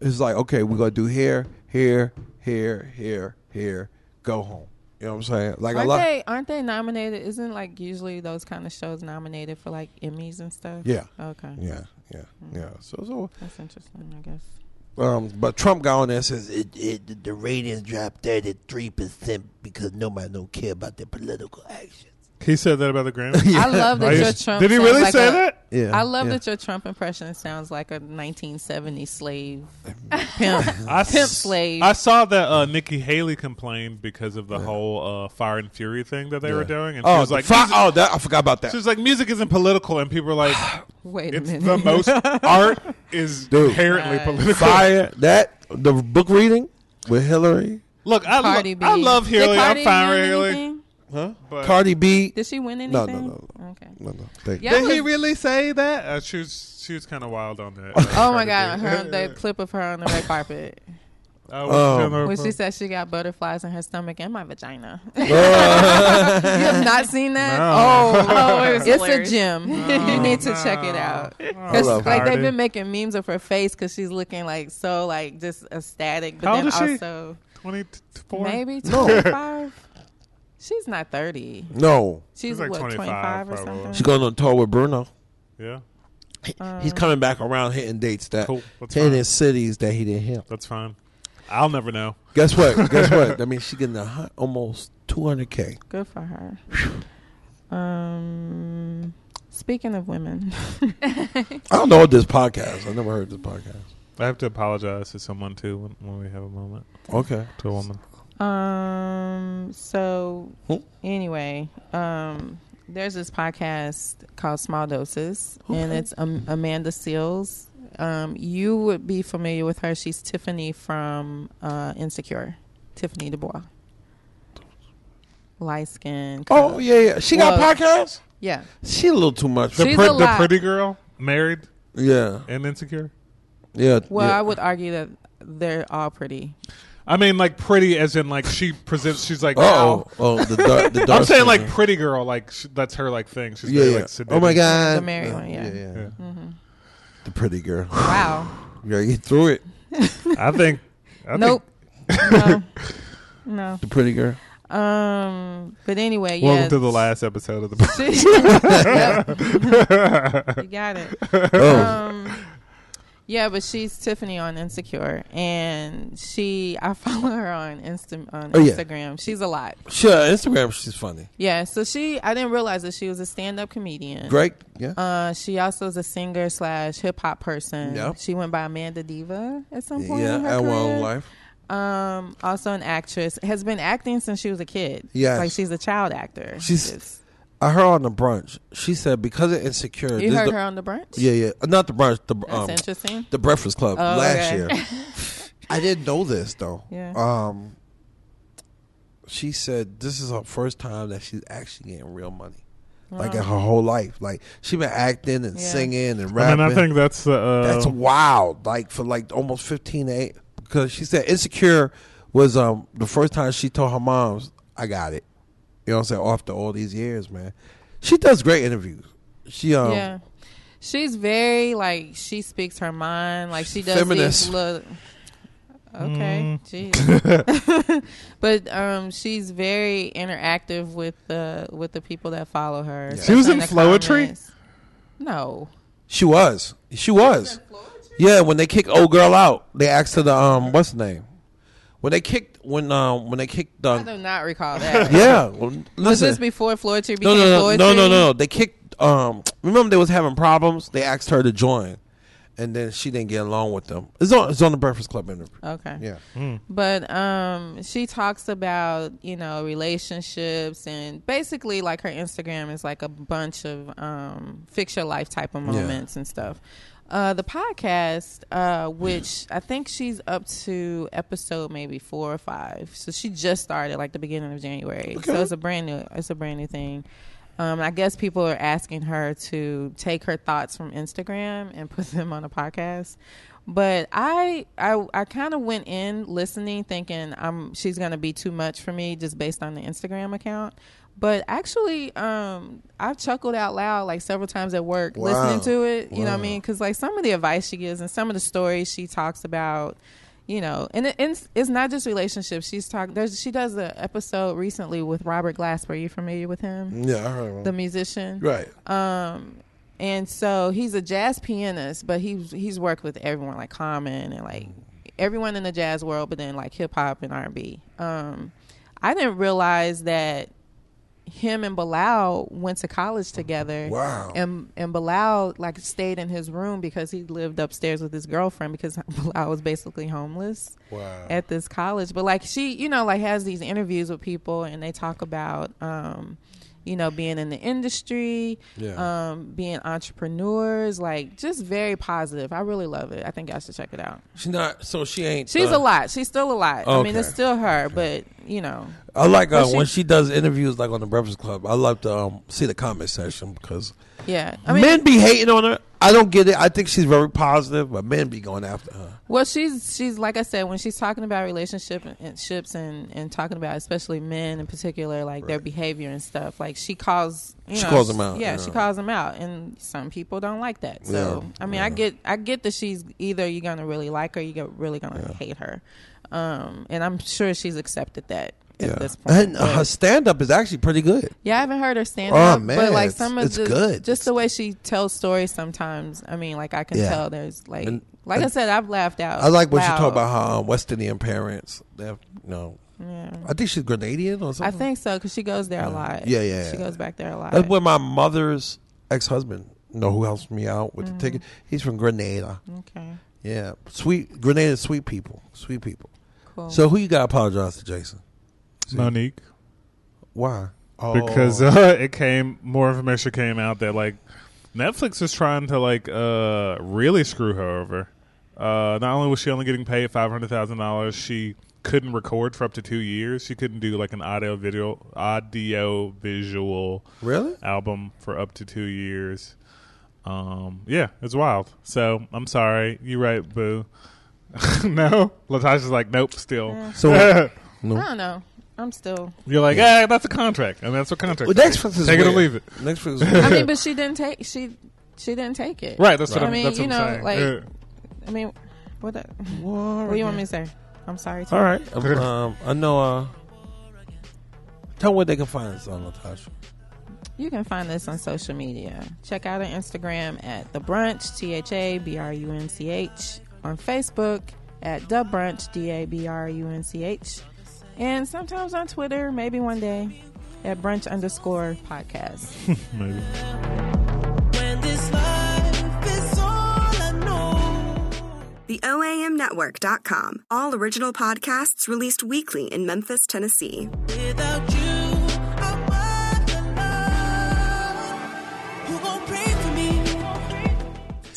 D: It's like, okay, we're gonna do here, here, here, here, here, go home. You know what I'm saying? Like a
E: Aren't
D: lot
E: they aren't they nominated? Isn't like usually those kind of shows nominated for like Emmys and stuff?
D: Yeah.
E: Okay.
D: Yeah, yeah,
E: Mm-hmm.
D: yeah. So so
E: That's interesting, I guess.
D: um but Trump got on there and says it, it the ratings dropped thirty three percent because nobody don't care about their political actions.
C: He said that about the Grammy.
E: I love that
C: Are you-
E: your Trump.
C: did he
E: sounds
C: really
E: like
C: say
E: a-
C: that?
D: Yeah.
E: I love
D: yeah.
E: that your Trump impression sounds like a 1970s slave pimp.
C: I s-
E: Pimp slave.
C: I saw that uh, Nikki Haley complained because of the whole uh, Fire and Fury thing that they were doing, and she
D: Oh,
C: was like,
D: the fi-
C: "Music-
D: oh, that, I forgot about that.
C: she was like, music isn't political, and people are like,
E: Wait a
C: it's
E: minute.
C: the most art is
D: Dude.
C: inherently
E: Nice.
C: political.
D: Fire that the book reading with Hillary,
C: Look, I,
E: Cardi
C: lo- I
E: B.
C: love
E: Did
C: Haley.
E: Cardi
C: I'm fine with
E: win
C: Haley.
E: anything?
D: huh?
C: But-
D: Cardi B.
E: Did she win
D: no,
E: anything?
D: no, no.
E: Okay.
D: No, no, thank
E: Yeah,
D: you.
E: I
C: Did he
E: was-
C: really say that? Uh, she was she was kind of wild on that.
E: Oh my God! Her, that clip of her on the red carpet,
C: Uh, what's
D: Um,
C: your-
E: where she said she got butterflies in her stomach and my vagina. you
D: Uh,
E: have not seen that?
C: No.
E: Oh,
F: Oh, it was
E: it's
F: hilarious.
E: a Oh, gem. you need to check it out. 'Cause,
D: love
E: like
C: Cardi.
E: they've been making memes of her face because she's looking like so like just ecstatic, but
C: How
E: then
C: old is she?
E: also
C: 24?
E: maybe twenty five. She's not thirty.
D: No,
E: She's,
C: like
E: what
C: 25
E: twenty five or
C: probably.
E: something.
D: she's going on tour with Bruno.
C: Yeah,
E: Uh.
D: He's coming back around hitting dates that
C: Cool, that's
D: hitting
C: fine.
D: in cities that he didn't hit.
C: that's fine. I'll never know.
D: Guess what? Guess what? I mean, she's getting a hun- almost two hundred k.
E: Good for her. Um, speaking of women,
D: I don't know this podcast. I never heard this podcast.
C: I have to apologize to someone too when, when we have a moment
D: Okay,
C: to a woman.
E: um, so
D: Hmm?
E: anyway, um, there's this podcast called Small Doses, and it's um, Amanda Seals. Um, you would be familiar with her. She's Tiffany from uh, Insecure, Tiffany Dubois. Light skin.
D: Oh yeah, yeah. She got
E: Well-
D: a podcast.
E: yeah.
D: She a little too much.
C: The,
E: She's
C: pre-
E: a
C: the
E: lot.
C: pretty girl, married
D: yeah,
C: and insecure.
D: yeah.
E: Well,
D: yeah.
E: I would argue that they're all pretty.
C: I mean, like pretty as in like she presents. She's like,
D: Oh, oh, the dark. The dark
C: I'm saying like
D: singer.
C: pretty girl. Like sh- that's her like thing. She's
D: yeah,
C: very,
D: yeah.
C: like sedated.
D: oh my god,
E: The married one, yeah.
D: yeah, yeah.
C: Yeah.
D: The pretty girl.
E: Wow.
D: You gotta get through it.
C: I think. I
E: Nope. no. No.
D: The pretty girl.
E: Um. But anyway,
C: Think, welcome
E: yeah.
C: to the last episode of the.
E: Yep. you got it.
D: Oh,
E: Um. Yeah, but she's Tiffany on Insecure, and she I follow her on Insta on
D: Oh, yeah.
E: Instagram. She's a lot.
D: sure. Instagram. She's funny.
E: Yeah. So she I didn't realize that she was a stand up comedian.
D: Great. Yeah.
E: Uh, she also is a singer slash hip hop person.
D: Yeah.
E: She went by Amanda Diva at some point.
D: yeah.
E: in her
D: At
E: career.
D: one life.
E: Um, also an actress. Has been acting since she was a kid.
D: Yes.
E: Like she's a child actor.
D: She's-
E: It's-
D: I heard on the brunch. She said because of insecure.
E: you
D: this
E: heard
D: the-
E: her on the brunch?
D: Yeah, yeah. Not the brunch. The
E: That's
D: um,
E: interesting.
D: the Breakfast Club
E: Oh,
D: last
E: okay.
D: year. I didn't know this though.
E: Yeah.
D: Um, she said this is her first time that she's actually getting real money, like in her whole life. Like she been acting and
E: Yeah.
D: singing and
C: And
D: rapping.
C: I think that's uh,
D: that's wild. Like for like almost fifteen to eight, because she said insecure was um the first time she told her moms, "I got it." You know what I'm saying? After all these years, man, she does great interviews. She um
E: yeah. She's very like she speaks her mind. Like she does
D: Feminist.
E: these look. Okay, jeez. but um, she's very interactive with the with the people that follow her.
C: She was in
E: the
C: Flowetry?
E: comments- No.
D: she was she was. Yeah, when they kick old girl out, they asked her the um what's the name? When they kicked when um when they kicked
E: I do
D: the
E: not recall that.
D: yeah. well,
E: Was
D: listen,
E: this before Floetry
D: no no
E: became
D: no,
E: Floetry?
D: no no no they kicked um remember they was having problems. They asked her to join, and then she didn't get along with them. It's on it's on the Breakfast Club interview.
E: Okay.
D: Yeah,
E: But um, she talks about you know relationships and basically like her Instagram is like a bunch of um, fix your life type of moments and stuff. Uh, the podcast, uh, which I think she's up to episode maybe four or five, so she just started like the beginning of January. So it's a brand new, it's a brand new thing. Um, I guess people are asking her to take her thoughts from Instagram and put them on a podcast. But I, I, I kind of went in listening, thinking I'm she's gonna be too much for me just based on the Instagram account. But actually, um, I've chuckled out loud like several times at work
D: Wow.
E: listening to it. You know what
D: Wow.
E: I mean? Because like some of the advice she gives and some of the stories she talks about, you know, and it, it's, it's not just relationships. She's talking. There's she does an episode recently with Robert Glasper. Are you familiar with him?
D: yeah, I heard
E: the Uh,
D: them.
E: musician.
D: right.
E: And so he's a jazz pianist, but he's he's worked with everyone like Common and like everyone in the jazz world, but then like hip hop and R and B. Um, I didn't realize that him and Bilal went to college together.
D: Wow.
E: And and Bilal like stayed in his room because he lived upstairs with his girlfriend because Bilal was basically homeless
D: Wow.
E: at this college. But like she, you know, like has these interviews with people and they talk about um, you know, being in the industry,
D: Yeah.
E: um, being entrepreneurs, like just very positive. I really love it. I think I should check it out.
D: She not so she ain't.
E: She's
D: uh,
E: a lot. She's still a lot. I mean,
D: okay.
E: it's still her, but you know,
D: I like uh,
E: But she-
D: when she does interviews like on the Breakfast Club. I love to um, see the comment section because
E: yeah. I mean,
D: men be hating on her. I don't get it. I think she's very positive, but men be going after her.
E: Well, she's she's like I said when she's talking about relationship and ships and and talking about especially men in particular like their behavior and stuff. Like she calls you
D: She
E: know,
D: calls 'em out,
E: Yeah,
D: yeah.
E: she calls them out, and some people don't like that. So
D: Yeah,
E: I mean, I get I get that she's either you're gonna really like her, you're really gonna hate her, um, and I'm sure she's accepted that at this point.
D: and
E: But-
D: her stand up is actually pretty good.
E: yeah, I haven't heard her stand
D: Oh,
E: up,
D: man,
E: but like
D: it's-
E: some of
D: it's
E: the
D: good.
E: just the way she tells stories sometimes. I mean, like I can
D: Yeah.
E: tell there's like
D: And-
E: like I
D: and-
E: said, I've laughed out.
D: I like when she
E: loud.
D: talk about her um, West Indian parents. They have, no, I think she's Grenadian or
E: I
D: something.
E: think so because she goes there a lot.
D: Yeah, yeah,
E: She
D: yeah.
E: goes back there a lot.
D: that's when my mother's ex husband. You know who helps me out with the
E: Mm.
D: ticket? He's from Grenada.
E: okay,
D: Yeah, sweet Grenada, sweet people, sweet people.
E: cool.
D: So who you got to apologize to, Jason?
C: Monique
D: Why? Oh,
C: because uh, it came more information came out that like Netflix was trying to like uh, really screw her over. Uh, not only was she only getting paid five hundred thousand dollars, she couldn't record for up to two years. She couldn't do like an audio video audio visual
D: Really?
C: album for up to two years. Um, yeah, it's wild. So I'm sorry, you right, boo. no, Latasha's like, nope, still.
D: so
E: I don't know. I'm still.
C: You're like, hey, that's a contract, and that's what contract.
D: well, Netflix is
C: Take it or
D: weird.
C: leave it.
D: Netflix. Is
E: I
D: weird.
E: mean, but she didn't take she she didn't take it.
C: Right, that's what
E: I
C: I'm,
E: mean,
C: that's
E: you
C: what
E: know,
C: I'm saying.
E: like-
C: Yeah.
E: I mean, what? The, what do you want me to say? I'm sorry.
D: All right. Um, um, I know. Uh, tell 'em where they can find us uh, on Latasha.
E: You can find us on social media. Check out our Instagram at The Brunch, T H A B R U N C H, on Facebook at The Brunch, D A B R U N C H, and sometimes on Twitter, maybe one day, at Brunch underscore podcast.
C: Uh, Maybe.
B: The OAMnetwork.com. All original podcasts released weekly in Memphis, Tennessee.
C: It's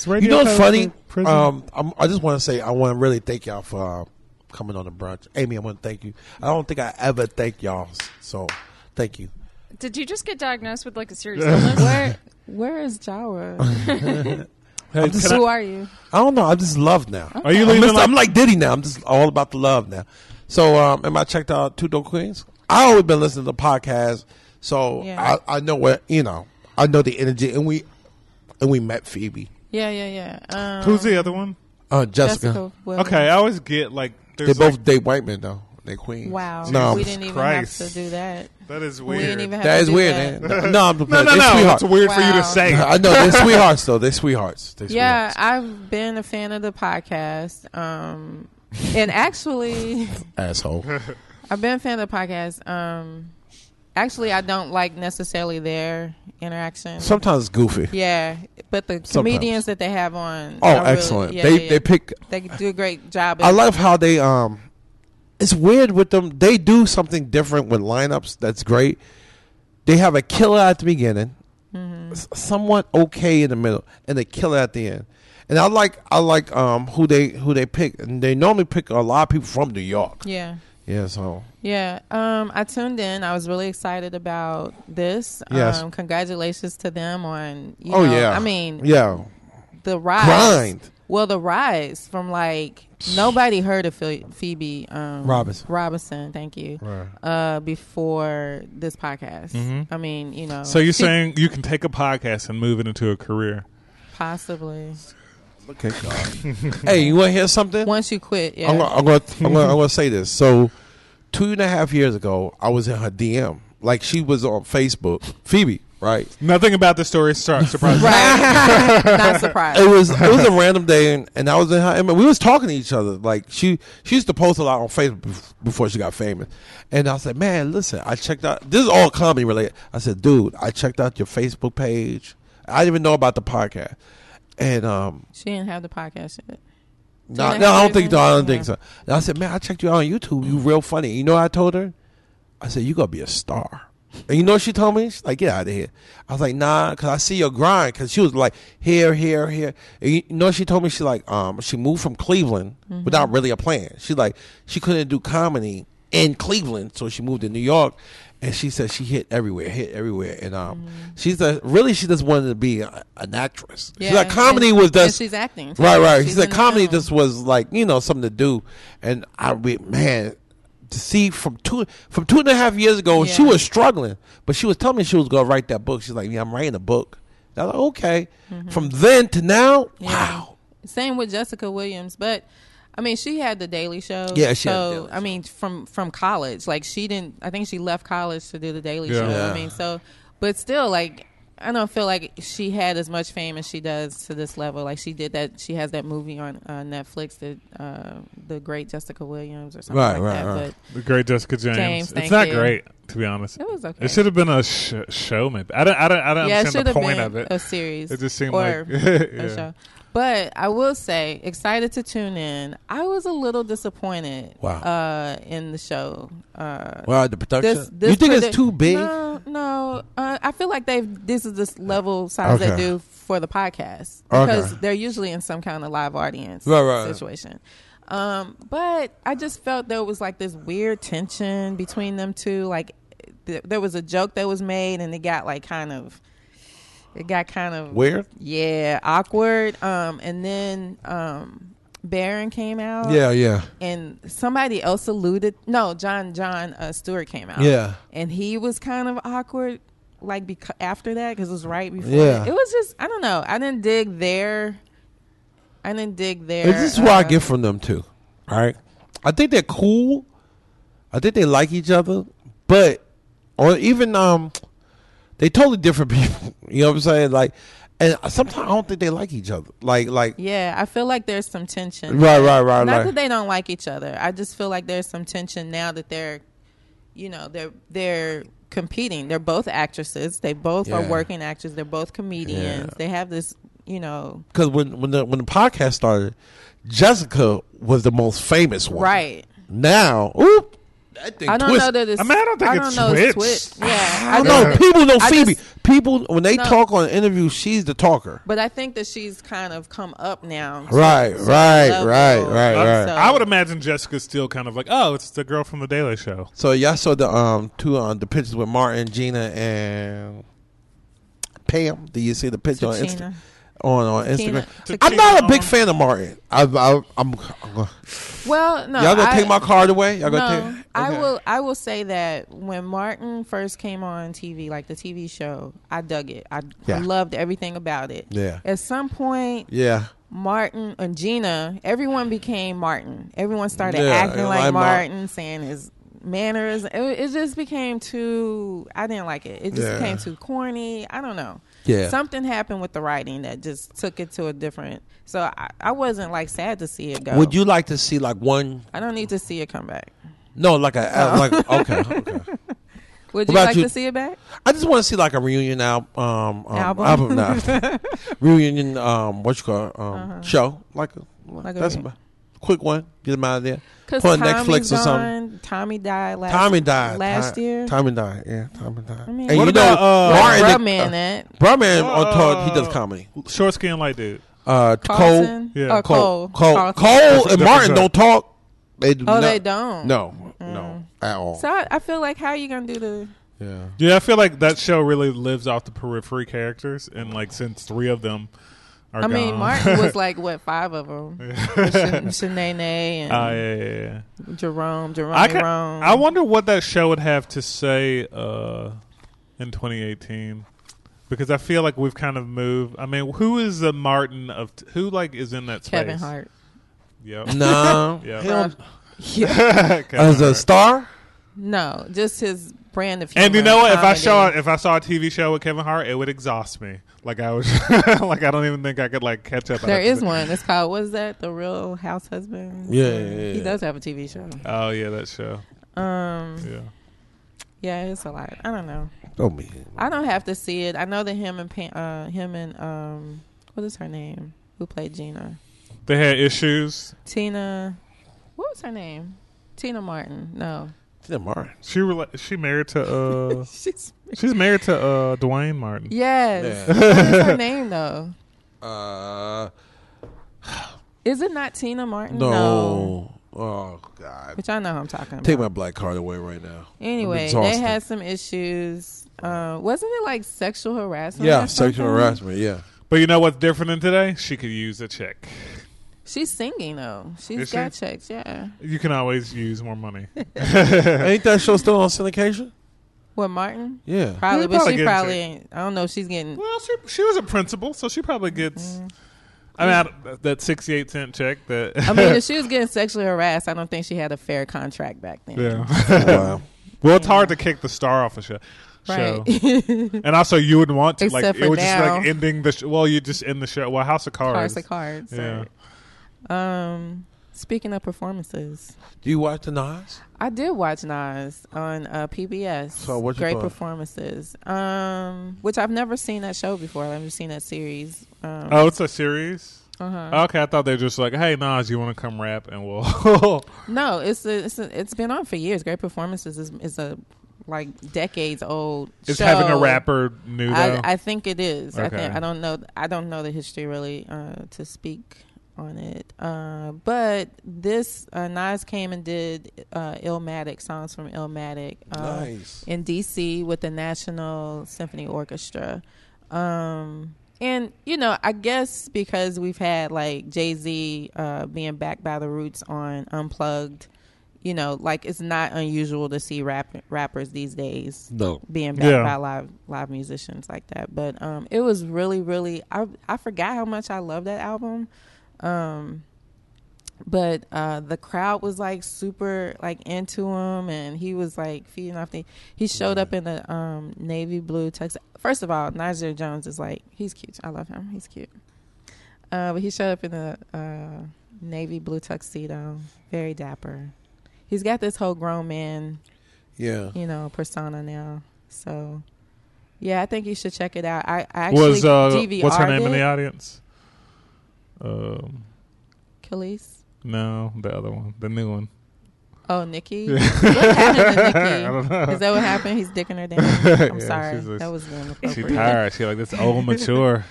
C: radio
D: You know
C: code
D: what's funny?
C: for prison.
D: Um, I'm, I just want to say I want to really thank y'all for uh, coming on the brunch. Amy, I want to thank you. I don't think I ever thank y'all, so thank you.
F: Did you just get diagnosed with like a serious illness?
E: Where where is Jawa?
D: Hey, can
E: Who
D: I,
E: are you?
D: I don't know. I just love now.
C: Are you
D: I'm,
C: leaving?
D: just-
C: like-
D: I'm like Diddy now. I'm just all about the love now. So, um, am I checked out Two Dope Queens? I always been listening to podcasts, so
E: Yeah.
D: I, I know where you know. I know the energy, and we and we met Phoebe,
E: Yeah, yeah, yeah. Um,
C: who's the other one?
D: uh, Jessica.
E: Jessica Williams.
C: Okay, I always get like
D: They
C: there's
D: both
C: like-
D: date white men though. They queens.
E: Wow.
D: no,
E: we didn't even
C: Christ.
E: have to do that.
C: that is
E: We
C: weird.
E: didn't even have
D: that
E: to
D: is
E: do
D: weird.
E: that.
D: Man. No, I'm just
C: no, no,
D: playing. They
C: no.
D: sweethearts.
C: It's weird for you to
E: Wow.
C: say.
D: I know they're sweethearts though. They're sweethearts. They're
E: Yeah,
D: sweethearts.
E: I've been a fan of the podcast. Um, and actually,
D: asshole.
E: I've been a fan of the podcast. Um, actually, I don't like necessarily their interaction.
D: Sometimes it's goofy.
E: yeah, but the
D: Sometimes.
E: comedians that they have on.
D: Oh,
E: I really-
D: excellent.
E: yeah,
D: they
E: yeah,
D: they pick
E: yeah. They do a great job.
D: I love how they um it's weird with them. They do something different with lineups. That's great. They have a killer at the beginning,
E: Mm-hmm.
D: s- somewhat okay in the middle, and a killer at the end. And I like I like um who they who they pick, and they normally pick a lot of people from New York.
E: Yeah.
D: Yeah, so
E: Yeah, um, I tuned in. I was really excited about this.
D: Yes.
E: Um, congratulations to them on. You
D: oh
E: know,
D: yeah,
E: I mean,
D: yeah,
E: the rise.
D: Grind.
E: Well, the rise from like nobody heard of Phoe- Phoebe um,
D: Robinson.
E: Robinson, thank you.
D: Right. Mm-hmm.
E: Uh, before this podcast, I mean, you know.
C: So you're
E: she-
C: saying you can take a podcast and move it into a career?
E: possibly
D: okay. hey, you want to hear something?
E: once you quit? Yeah.
D: I'm gonna, I'm gonna, I'm gonna, I'm gonna say this. So, two and a half years ago, I was in her DM. Like she was on Facebook, Phoebe, right?
C: Nothing about the story starts surprising.
E: right. Not
D: It
E: surprised.
D: was, it was a random day, and, and I was in her. And we was talking to each other. Like she, she used to post a lot on Facebook bef- before she got famous. And I said, "Man, listen, I checked out. This is all comedy related." I said, "Dude, I checked out your Facebook page. I didn't even know about the podcast." And um,
E: She didn't have the podcast yet.
D: No,
E: they
D: no,
E: have
D: I don't
E: you
D: think so.
E: then?
D: I don't think
E: Yeah.
D: so. And I said, man, I checked you out on YouTube. You real funny. You know what I told her? I said, you gonna be a star. And you know what she told me? She's like, get out of here. I was like, nah, because I see your grind. Because she was like, here, here, here. And you you know what she told me? She like, um, she moved from Cleveland
E: Mm-hmm.
D: without really a plan. She like, she couldn't do comedy in Cleveland, so she moved to New York. And she said she hit everywhere, hit everywhere, and um,
E: Mm.
D: she's a, really she just wanted to be a, an actress. she's
E: Yeah,
D: like comedy
E: and-
D: was
E: and
D: just
E: she's acting.
D: right, right.
E: She's
D: she's like
E: in uh, the
D: comedy
E: film.
D: just was like you know something to do, and I re- man to see from two from two and a half years ago she
E: Yeah.
D: was struggling, but she was telling me she was gonna write that book. She's like, yeah, I'm writing a book. And I was like, okay.
E: Mm-hmm.
D: From then to now, wow.
E: Same with Jessica Williams, but I mean, she had the Daily Show.
D: Yeah, she had The
E: so
D: Daily
E: I mean, from from college, like she didn't. I think she left college to do the Daily
C: Yeah.
E: Show.
D: Yeah.
E: I mean, so but still, like I don't feel like she had as much fame as she does to this level. Like she did that. She has that movie on uh, Netflix, the uh, the Great Jessica Williams or something
D: Right,
E: like
D: right,
E: that.
D: right.
C: The great Jessica James.
E: James,
C: it's
E: thank
C: not
E: you.
C: great, to be honest.
E: It was okay.
C: It should have been a sh- show, maybe. I don't. I don't. I don't
E: But yeah, it should
C: understand the
E: have
C: point
E: been
C: of it.
E: a series.
C: It just seemed
E: or
C: like
E: a
C: yeah.
E: show. But I will say, excited to tune in. I was a little disappointed.
D: Wow.
E: Uh, in the show. Uh,
D: Wow, the production.
E: this, this
D: you think
E: produ-
D: it's too big?
E: No, no. Uh, I feel like they've this is this level size
D: Okay.
E: they do for the podcast
D: Okay.
E: because they're usually in some kind of live audience
D: Right, right.
E: situation. Um, but I just felt there was like this weird tension between them two. Like th- there was a joke that was made, and it got like kind of. It got kind of
D: Weird?
E: yeah, awkward. Um, and then um, Baron came out,
D: Yeah, yeah.
E: and somebody else alluded. No, John John uh, Stewart came out.
D: Yeah.
E: and he was kind of awkward, like beca- after that because it was right before.
D: Yeah.
E: it was just I don't know. I didn't dig their. I didn't dig their.
D: This is what I
E: uh,
D: get from them too. All right, I think they're cool. I think they like each other, but or even um, they totally different people. You know what I'm saying? Like, and sometimes I don't think they like each other. Like, like
E: Yeah, I feel like there's some tension.
D: right, right, right,
E: Not
D: right.
E: that they don't like each other. I just feel like there's some tension now that they're, you know, they're they're competing. They're both actresses. They both are
D: Yeah.
E: working actors. They're both comedians.
D: Yeah.
E: They have this, you know,
D: Because when when the when the podcast started, Jessica was the most famous one.
E: right.
D: now, oop, That thing
E: I don't
D: twisted.
E: know that it's.
C: I mean, I don't think
E: I
C: it
E: don't know it's
C: switched.
E: twit- Yeah,
D: I don't know. People know
E: I
D: Phoebe.
E: just-
D: people when they
E: No.
D: talk on interviews, she's the talker.
E: But I think that she's kind of come up now. to
D: Right,
E: a certain
D: right,
E: level.
D: right, right, right.
E: So-
C: I would imagine Jessica's still kind of like, oh, it's the girl from the Daily Show.
D: So y'all saw the um two um the pictures with Martin, Gina, and Pam. Did you see the picture on, Insta-
E: Tachina.
D: on on
E: Tina-
D: Instagram?
C: Tachina.
D: I'm not a big
C: Tachina.
D: fan of Martin. I, I, I'm, I'm gonna-
E: Well, no.
D: y'all gonna
E: I-
D: take my card away? Y'all
E: no,
D: gonna take?
E: I
D: okay.
E: will. I will say that when Martin first came on TV, like the TV show, I dug it. I,
D: Yeah.
E: I loved everything about it.
D: Yeah.
E: At some point,
D: Yeah.
E: Martin and Gina, everyone became Martin. Everyone started
D: Yeah,
E: acting
D: and
E: like,
D: like Mar-
E: Martin, saying his manners. It, it just became too. I didn't like it. It just
D: Yeah.
E: became too corny. I don't know.
D: Yeah.
E: something happened with the writing that just took it to a different. So I, I wasn't like sad to see it go.
D: Would you like to see like one?
E: I don't need to see it come back.
D: No, like a uh, like okay. okay. What
E: Would you
D: about
E: like
D: you?
E: to see it back?
D: I just want to see like a reunion al- um, um
E: Album?
D: album nah. reunion um what you call it, um show like a,
E: Uh-huh. Like a
D: that's
E: re-
D: about- quick one get them out of there
E: Because
D: put on
E: Tommy's
D: Netflix or something.
E: gone. Tommy died last.
D: Tommy died
E: last
D: Ti-
E: year.
D: Tommy died yeah Tommy died.
E: mean-
D: and
E: What
D: you
C: about,
D: know
C: uh,
D: Martin
E: Bruh
D: the-
E: man,
D: uh,
E: that
D: Bruh man on tour he
C: Uh,
D: does comedy.
C: Short skin light dude.
D: Uh, Cole,
E: Carlson?
C: Yeah.
E: Or
D: Cole,
E: Cole.
D: Cole,
E: Carlson.
D: Cole, and
C: different
D: Martin
C: show.
D: don't talk. They do
E: Oh,
D: not-
E: they don't. Mm.
D: No, no, at all.
E: So I, I feel like how are you gonna do the?
D: yeah.
C: Yeah, I feel like that show really lives off the periphery characters, and like since three of them are
E: I mean,
C: gone-
E: Martin was like what five of them? Shanae and
C: Ah, yeah, yeah, yeah.
E: Jerome, Jerome,
C: I, can,
E: Jerome.
C: I wonder what that show would have to say uh, in 2018 because I feel like we've kind of moved. I mean, who is the Martin of t- who like is in that space?
E: Kevin Hart.
C: Yep.
D: No,
C: Yeah.
D: He don't-
C: Kevin
D: as a
C: Hart.
D: star.
E: No, just his brand of humor.
C: And you know what? If I saw
E: comedy.
C: if I saw a TV show with Kevin Hart, it would exhaust me. Like I was, like I don't even think I could like catch up. I'd
E: there
C: have to
E: is
C: be-
E: one. It's called what is that? The Real House Husband.
D: Yeah, yeah, yeah.
E: He does have a TV show.
C: Oh yeah, that show.
E: Um,
C: Yeah.
E: yeah, it's a lot. I don't know.
D: Oh man.
E: I don't have to see it. I know that him and Pan, uh, him and um, what is her name? Who played Gina?
C: They had issues.
E: Tina. What was her name? Tina Martin. No,
D: Tim Martin.
C: She rela- she married to uh
E: she's
C: she's married to uh Dwayne Martin.
E: yes.
D: Yeah.
E: What is her name though?
D: Uh,
E: Is it not Tina Martin?
D: no. Oh God.
E: Which I know who I'm talking about.
D: Take my black card away right now. I'm
E: anyway, they
D: exhausted.
E: had some issues. Uh, wasn't it like sexual harassment?
D: yeah
E: or
D: sexual
E: something?
D: harassment. Yeah.
C: But you know what's different in today? She could use a check.
E: She's singing though.
C: Is
E: She's
C: she?
E: got checks. Yeah.
C: You can always use more money.
D: Ain't that show still on syndication?
E: What Martin?
D: Yeah.
E: Probably,
C: She's
E: but
C: probably
E: she
C: getting
E: probably
C: check.
E: ain't. I don't know. if She's getting.
C: well, she she was a principal, so she probably gets.
E: Mm-hmm.
C: I mean, I don't- that sixty-eight cent check. That
E: I mean, if she was getting sexually harassed, I don't think she had a fair contract back then.
C: yeah.
D: wow.
C: well, it's hard to kick the star off a show.
E: Right.
C: show. and also, you wouldn't want to like
E: Except
C: it
E: for
C: would just
E: now.
C: like ending the sh- well, you just end the show. Well, House of Cards.
E: Cards of cards.
C: Yeah.
E: right. Um, speaking of performances,
D: Do you watch the Nas?
E: I did watch Nas on uh, PBS.
D: So what you
E: great
D: thought?
E: performances. Um, which I've never seen that show before. I've never seen that series. Um,
C: Oh, it's a series.
E: uh-huh.
C: Okay, I thought they were just like, hey Nas, you want to come rap and we'll.
E: No, it's a, it's a, it's been on for years. Great performances is is a like decades old.
C: Is
E: show.
C: having a rapper new though?
E: I, I think it is. I
C: Okay.
E: think I don't know. I don't know the history really uh, to speak on it. Uh, but this uh, Nas came and did uh, Illmatic songs from Illmatic uh,
D: Nice.
E: in DC with the National Symphony Orchestra. Um, and you know, I guess because we've had like Jay Z uh, being backed by the Roots on Unplugged. You know, like it's not unusual to see rap- rappers these days
D: No.
E: being backed
C: Yeah.
E: by live live musicians like that. But um, it was really, really. I I forgot how much I love that album. Um, but uh, the crowd was like super like into him, and he was like feeding off the. He showed up in the um, navy blue tux. First of all, Niger Jones is like he's cute. I love him. He's cute. Uh, but he showed up in the uh, navy blue tuxedo, very dapper. He's got this whole grown man
D: Yeah.
E: you know persona now. So yeah, I think you should check it out. I, I actually
C: was uh,
E: DVR'd
C: what's her name in
E: it.
C: the audience? Um,
E: Khalees.
C: no, the other one, the new one.
E: Oh, Nikki. What happened to Nikki? Is that what happened? He's dicking her down. I'm
C: Yeah,
E: sorry.
C: she's just-
E: that was the
C: She
E: inappropriate.
C: tired. She like this old mature.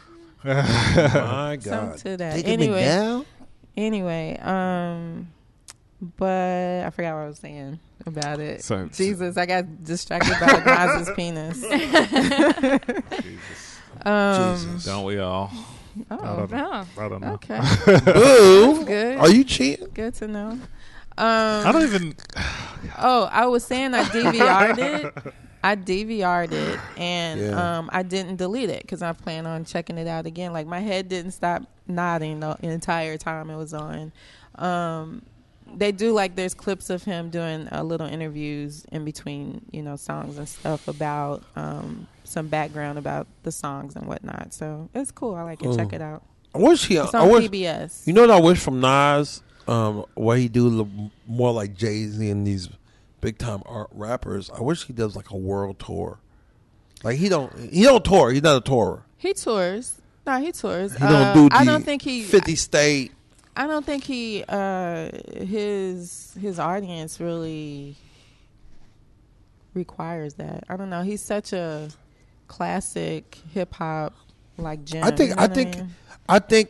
D: My God.
E: Something to that.
D: Taking me
E: anyway,
D: down?
E: anyway, um, but I forgot what I was saying about it.
C: So-
E: Jesus, I got distracted by Nas's penis. Um,
C: Don't we all?
E: oh,
F: Oh,
C: I don't know.
E: okay,
D: Boo.
E: good.
D: Are you cheating?
E: Good to know.
C: I
E: Um,
C: don't even.
E: oh, I was saying I DVR'd it. I DVR'd it, and
D: Yeah.
E: um, I didn't delete it because I plan on checking it out again. Like my head didn't stop nodding the entire time it was on. Um, they do like there's clips of him doing uh, little interviews in between you know songs and stuff about um, some background about the songs and whatnot. So it's cool. I like it. Check it out.
D: I wish he.
E: It's
D: Oh. I
E: on
D: wish.
E: PBS.
D: You know what I wish from Nas, um, where he do l- more like Jay Z and these big time art rappers. I wish he does like a world tour. Like he don't, he don't tour. He's not a tourer.
E: He tours. No, he tours.
D: He
E: Uh,
D: don't do. The
E: I don't think he.
D: fifty state.
E: I don't think he uh his his audience really requires that. I don't know. He's such a classic hip hop like gem.
D: I think.
E: you know
D: I
E: what
D: think.
E: mean?
D: I think.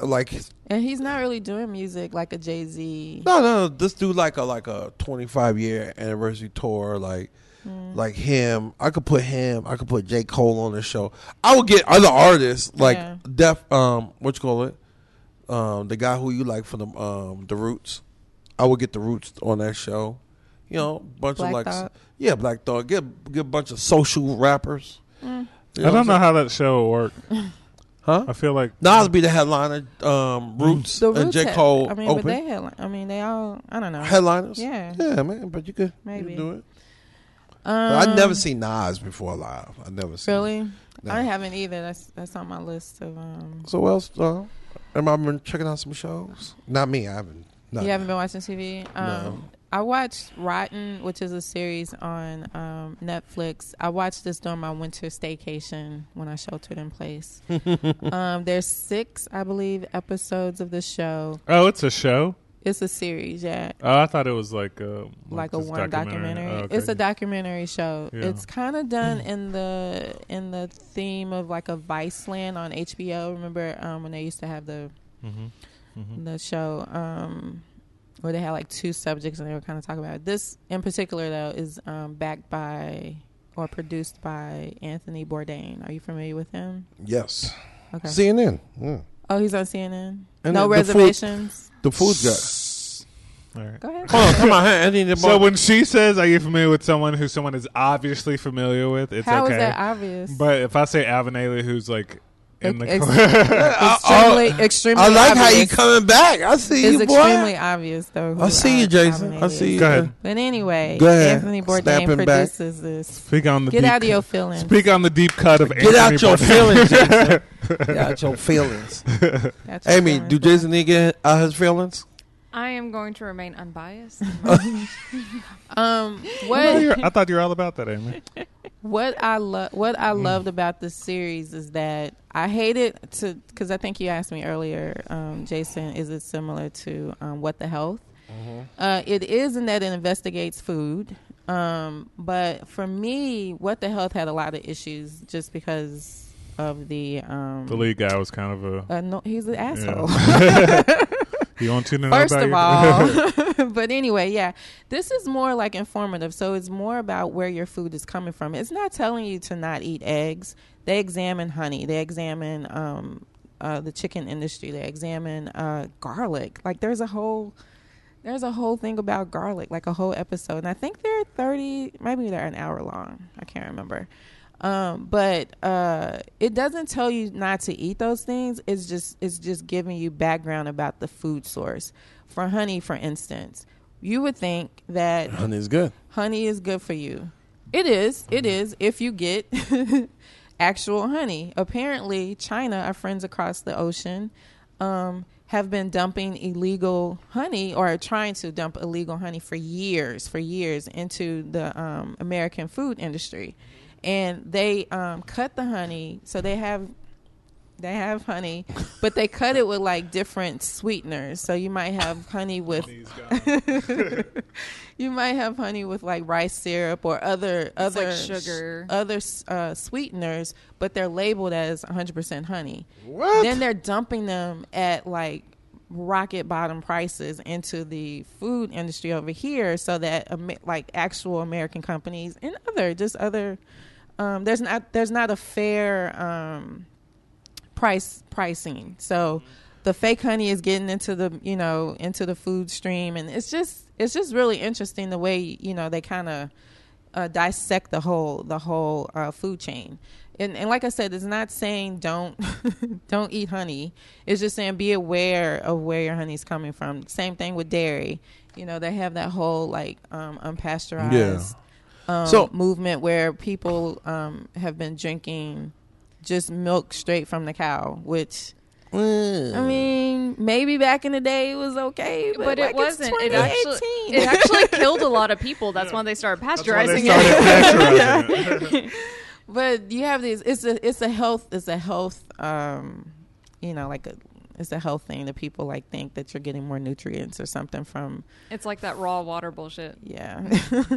D: Like
E: and he's not really doing music like a Jay Z.
D: no, no, no. Just do like a like a twenty five year anniversary tour. Like.
E: Mm.
D: Like him, I could put him. I could put J Cole on the show. I would get other artists like
E: Yeah.
D: Def. Um, what you call it? um, the guy who you like from the um, the Roots. I would get the Roots on that show. You know, bunch
E: Black
D: of like,
E: Thought.
D: yeah, Black Thought. Get get a bunch of social rappers.
E: Mm.
D: You
C: I don't
D: what
C: know
D: I'm
C: how that show will work.
D: Huh?
C: I feel like
D: saying? Nas be the headliner. Um, Roots
E: The
D: and
E: Roots
D: J
E: had-
D: Cole
E: I mean,
D: open
E: but they had I mean, they all I don't know.
D: headliners.
E: Yeah.
D: yeah, man. But you could you
E: Maybe.
D: could do it.
E: Um,
D: But I never seen Nas before live. I never seen.
E: really.
D: No.
E: I haven't either. That's that's on my list of um.
D: So what else? Uh, am I been checking out some shows? Not me. I haven't. Not
E: You haven't been watching TV? Um, I watched Rotten, which is a series on um, Netflix. I watched this during my winter staycation when I sheltered in place. um, there's six, I believe, episodes of the show.
C: oh, it's a show.
E: It's a series, yeah.
C: Oh, I thought it was like a
E: Like a
C: this
E: one documentary.
C: Oh, okay.
E: It's a documentary show.
C: Yeah. Hmm.
E: It's kind of done in the in the theme of like a Vice Land on HBO. Remember um, when they used to have the
C: Mm-hmm.
E: the show um, where they had like two subjects and they were kind of talking about it. This in particular though is um, backed by or produced by Anthony Bourdain. Are you familiar with him?
D: Yes.
E: Okay.
D: CNN. Yeah.
E: oh, he's on CNN.
D: And
E: no
D: the- the food-
E: reservations.
D: The food guy.
E: Go ahead.
D: Hold on, come on. I need to-
C: So when she says, "Are you familiar with someone who someone is obviously familiar with?" It's
E: How is
C: okay.
E: that obvious?
C: But if I say Avenaley, who's like in the
E: Ex-
C: cl-
E: extremely, extremely.
D: I like how you
E: obvious.
D: coming back. I see
E: It's
D: you, boy.
E: extremely obvious, though. who
D: I see you,
E: Alex
D: Jason.
E: Albanese
D: I
E: is.
D: see you.
C: Go ahead.
E: But anyway,
D: Go ahead.
E: Anthony Bourdain
D: Snapping back.
E: produces this.
C: speak on the
E: Get
C: deep
E: out of
C: cut.
E: your feelings.
C: Speak on the deep cut of
D: Get out
C: Anthony
D: your
C: Bourdain.
D: feelings, Jason. Get out your feelings.
E: That's your
D: Amy,
E: feelings.
D: do Jason need to get out his feelings?
F: I am going to remain unbiased.
E: um
C: I thought you
E: what
C: were- I thought you were all about that, Amy.
E: what I love what I loved about this series is that I hated to because I think you asked me earlier, um, Jason, is it similar to um, What the Health?
D: Mm-hmm.
E: Uh, it is in that it investigates food. Um, but for me, What the Health had a lot of issues just because of the um
C: The lead guy was kind of a.
E: uh, no, he's an asshole.
C: You want to know
E: First
C: about
E: of
C: your-
E: all, but anyway, yeah, this is more like informative. So it's more about where your food is coming from. It's not telling you to not eat eggs. They examine honey. They examine um, uh, the chicken industry. They examine uh, garlic. Like there's a whole there's a whole thing about garlic, like a whole episode. And I think they're 30, maybe they're an hour long. I can't remember. Um, but uh, it doesn't tell you not to eat those things. It's just it's just giving you background about the food source. For honey, for instance, you would think that
D: Honey's good.
E: honey is good for you. It is. It is if you get actual honey. Apparently, China, our friends across the ocean, um, have been dumping illegal honey or are trying to dump illegal honey for years, for years into the um, American food industry. And they um, cut the honey, so they have They have honey, but they cut it with like different sweeteners. So you might have honey with you might have honey with like rice syrup or other other
F: like sugar.
E: other uh, sweeteners, but they're labeled as 100% honey.
D: What?
E: Then they're dumping them at like rocket bottom prices into the food industry over here, so that Ame- like actual American companies and other just other um, there's not there's not a fair um, price pricing. So the fake honey is getting into the you know into the food stream, and it's just it's just really interesting the way you know they kind of uh, dissect the whole the whole uh, food chain. And, and like I said, it's not saying don't don't eat honey. It's just saying be aware of where your honey's coming from. Same thing with dairy. You know, they have that whole like um, unpasteurized um,
D: So-
E: movement where people um, have been drinking just milk straight from the cow, which I mean, maybe back in the day it was okay, but,
F: But
E: like
F: it wasn't.
E: It's
F: It actually,
E: 2018.
F: it actually killed a lot of people. That's why they started
C: That's why they
F: pasteurizing
C: started
F: it.
C: pasteurizing it.
E: but you have these. It's a it's a health. It's a health. Um, you know, like a it's a health thing that people like think that you're getting more nutrients or something from.
F: It's like that raw water bullshit.
E: Yeah,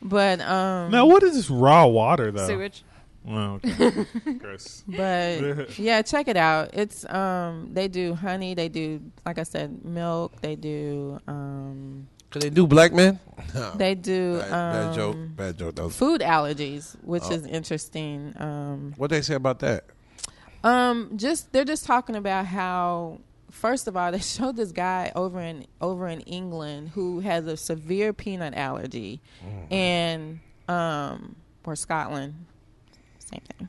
E: but um,
C: Now, what is this raw water though?
F: Sewage.
C: Oh, okay. Gross.
E: but yeah, check it out. It's um, they do honey. They do like I said, milk. They do um,
D: Can they do black men?
E: they do
D: bad, bad joke.
E: um,
D: Bad joke. That was,
E: food allergies, which is interesting. Um,
D: what they say about that?
E: Um, just they're just talking about how first of all they showed this guy over in over in England who has a severe peanut allergy, and um, or Scotland, same thing.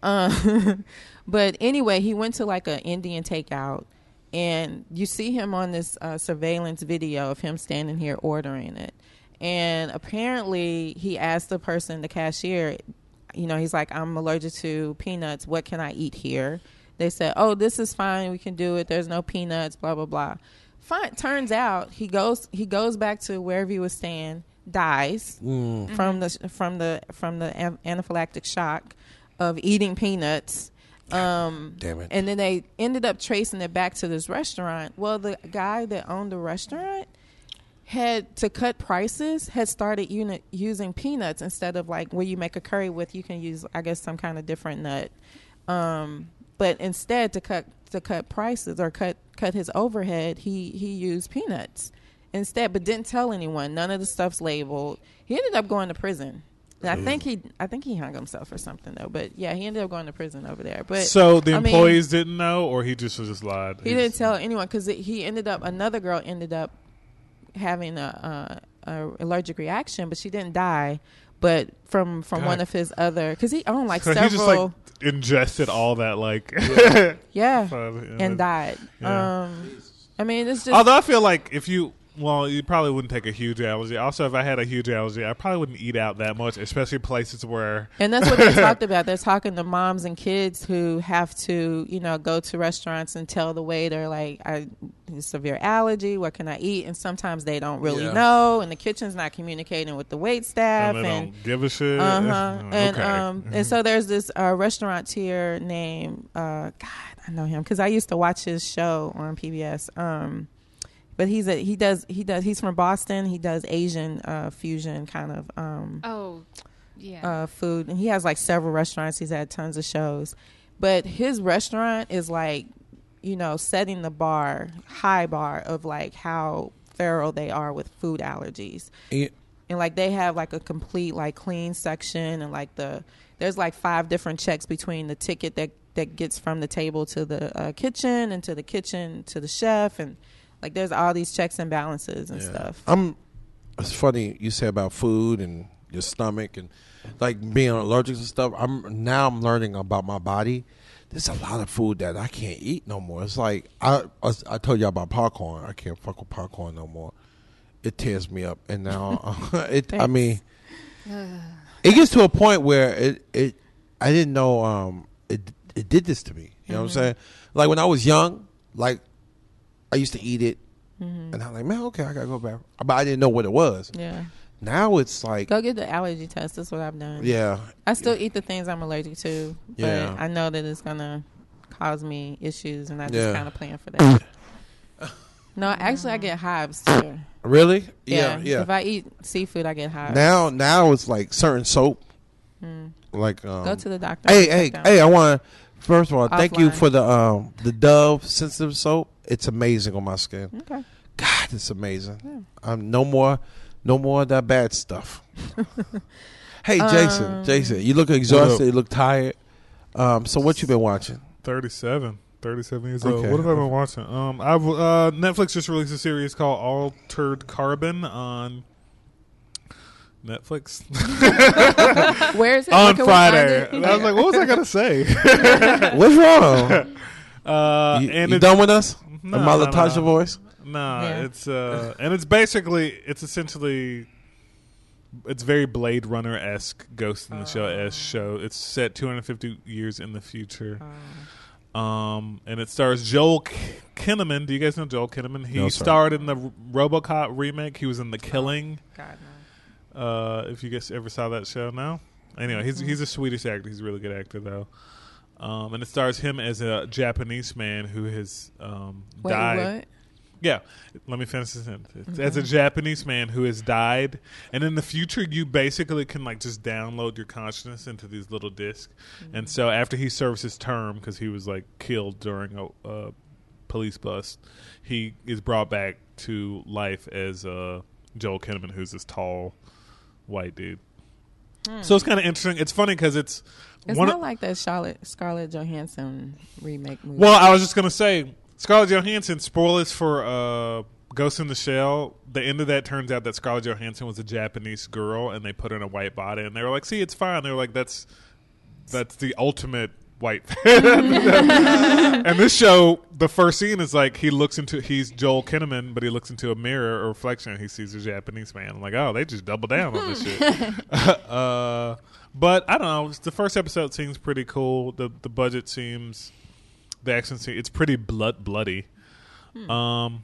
E: Uh, but anyway, he went to like an Indian takeout, and you see him on this uh, surveillance video of him standing here ordering it. And apparently, he asked the person, the cashier, you know, he's like, I'm allergic to peanuts. What can I eat here? They said, Oh, this is fine. We can do it. There's no peanuts. Blah blah blah. Fine. Turns out he goes he goes back to wherever he was staying, dies
D: Mm.
E: from the from the from the an- anaphylactic shock of eating peanuts. Um,
D: Damn it.
E: And then they ended up tracing it back to this restaurant. Well, the guy that owned the restaurant had to cut prices had started uni- using peanuts instead of like where you make a curry with you can use i guess some kind of different nut um, but instead to cut to cut prices or cut cut his overhead he he used peanuts instead but didn't tell anyone none of the stuff's labeled he ended up going to prison and I think he, I think he hung himself or something though. But yeah, he ended up going to prison over there. But
C: So the
E: I mean-
C: employees didn't know, or he just was just lied.
E: he didn't tell anyone because he ended up another girl ended up having a, uh, a allergic reaction, but she didn't die. But from from one
C: God.
E: of his other because he owned like
C: So he
E: several,
C: just like ingested all that like.
E: yeah,
C: Probably, yeah, but-
E: and died.
C: yeah.
E: Um, I mean, it's just
C: Although I feel like if you. Well, you probably wouldn't take a huge allergy. Also, if I had a huge allergy, I probably wouldn't eat out that much, especially places where
E: And that's what they talked about. They're talking to moms and kids who have to, you know, go to restaurants and tell the waiter like, "I severe allergy. What can I eat?" And sometimes they don't really
D: Yeah.
E: know, and the kitchen's not communicating with the wait staff.
C: and they
E: And,
C: don't give a shit.
E: Uh huh.
C: Okay.
E: And um, and so there's this uh, restaurateur named uh, God, I know him because I used to watch his show on PBS. Um, but he's a he does he does he's from Boston. He does Asian uh, fusion kind of um
F: Oh, yeah.
E: uh, food, and he has like several restaurants. He's had tons of shows, but his restaurant is like, you know, setting the bar high bar of like how thorough they are with food allergies
D: Yeah.
E: and like they have like a complete like clean section and like the there's like five different checks between the ticket that that gets from the table to the uh, kitchen and to the kitchen to the chef and like there's all these checks and balances and stuff
D: I'm. It's funny you say about food and your stomach and like being allergic and stuff. I'm now I'm learning about my body. There's a lot of food that I can't eat no more. It's like I I, I told y'all about popcorn. I can't fuck with popcorn no more. It tears me up, and now it. I mean, it gets to a point where it it. I didn't know um it it did this to me. You know what
E: Mm-hmm.
D: I'm saying? Like when I was young, like I used to eat it, and I'm like, man, okay, I gotta go back. But I didn't know what it was.
E: Mm-hmm. yeah
D: Now it's like,
E: go get the allergy test that's what i've done
D: yeah,
E: i still eat the things i'm allergic to but
D: Yeah.
E: i know that it's gonna cause me issues, and I
D: Yeah.
E: just kind of plan for that. no, actually, I get hives too.
D: Really?
E: Yeah,
D: Yeah, yeah.
E: If I eat seafood, I get hives.
D: now, now it's like certain soap, like um,
E: Mm. go to the doctor.
D: Hey,
E: Check
D: hey,
E: them.
D: hey! I want to first of all thank you
E: Offline.
D: for the um the Dove sensitive soap. It's amazing on my skin.
E: Okay.
D: God, it's amazing. I'm no more, no more of that bad stuff. hey,
E: Um,
D: Jason, Jason, you look exhausted. You look tired. Um, so what you been watching?
C: 37. 37 years old.
D: Okay.
C: What have I been watching? Um, I've uh, Netflix just released a series called Altered Carbon on Netflix
E: Where is it?
C: on
E: Can we find
C: Friday.
E: it?
C: And I was like, what was I gonna say?
D: What's wrong?
C: uh,
D: you
C: and
D: you
C: it's,
D: done with us?
C: No,
D: the
C: no,
D: Malatasha
C: no.
D: voice.
C: Nah,
E: Yeah.
C: it's uh, and it's basically it's essentially it's very Blade Runner esque, Ghost in the Shell esque
E: Oh.
C: show. It's set 250 years in the future, um, and it stars Joel K- Kinnaman. Do you guys know Joel Kinnaman? He
D: No, sir.
C: starred in the R- RoboCop remake. He was in The Killing.
E: God, no.
C: Uh, if you guys ever saw that show, now anyway, he's he's a Swedish actor. He's a really good actor though. Um, and it stars him as a Japanese man who has um,
E: Wait,
C: died.
E: what?
C: Yeah, let me finish this sentence. As a Japanese man who has died, and in the future, you basically can like just download your consciousness into these little disks.
E: Mm-hmm.
C: And so, after he serves his term, because he was like killed during a, a police bust, he is brought back to life as uh, Joel Kinnaman, who's this tall white dude. So it's kind of interesting. It's funny because it's
E: Hmm. It's
C: one
E: not
C: of-
E: like that Charlotte Scarlett Johansson remake movie.
C: well, I was just gonna say Scarlett Johansson. Spoilers for uh, Ghost in the Shell. The end of that turns out that Scarlett Johansson was a Japanese girl, and they put her in a white body, and they were like, "See, it's fine." They're like, "That's that's the ultimate white." and this show, the first scene is like he looks into he's Joel Kinnaman, but he looks into a mirror or reflection, and he sees a Japanese man. I'm like, "Oh, they just double down on this shit." uh, but I don't know. The first episode seems pretty cool. The the budget seems the action scene. It's pretty blood bloody. Um,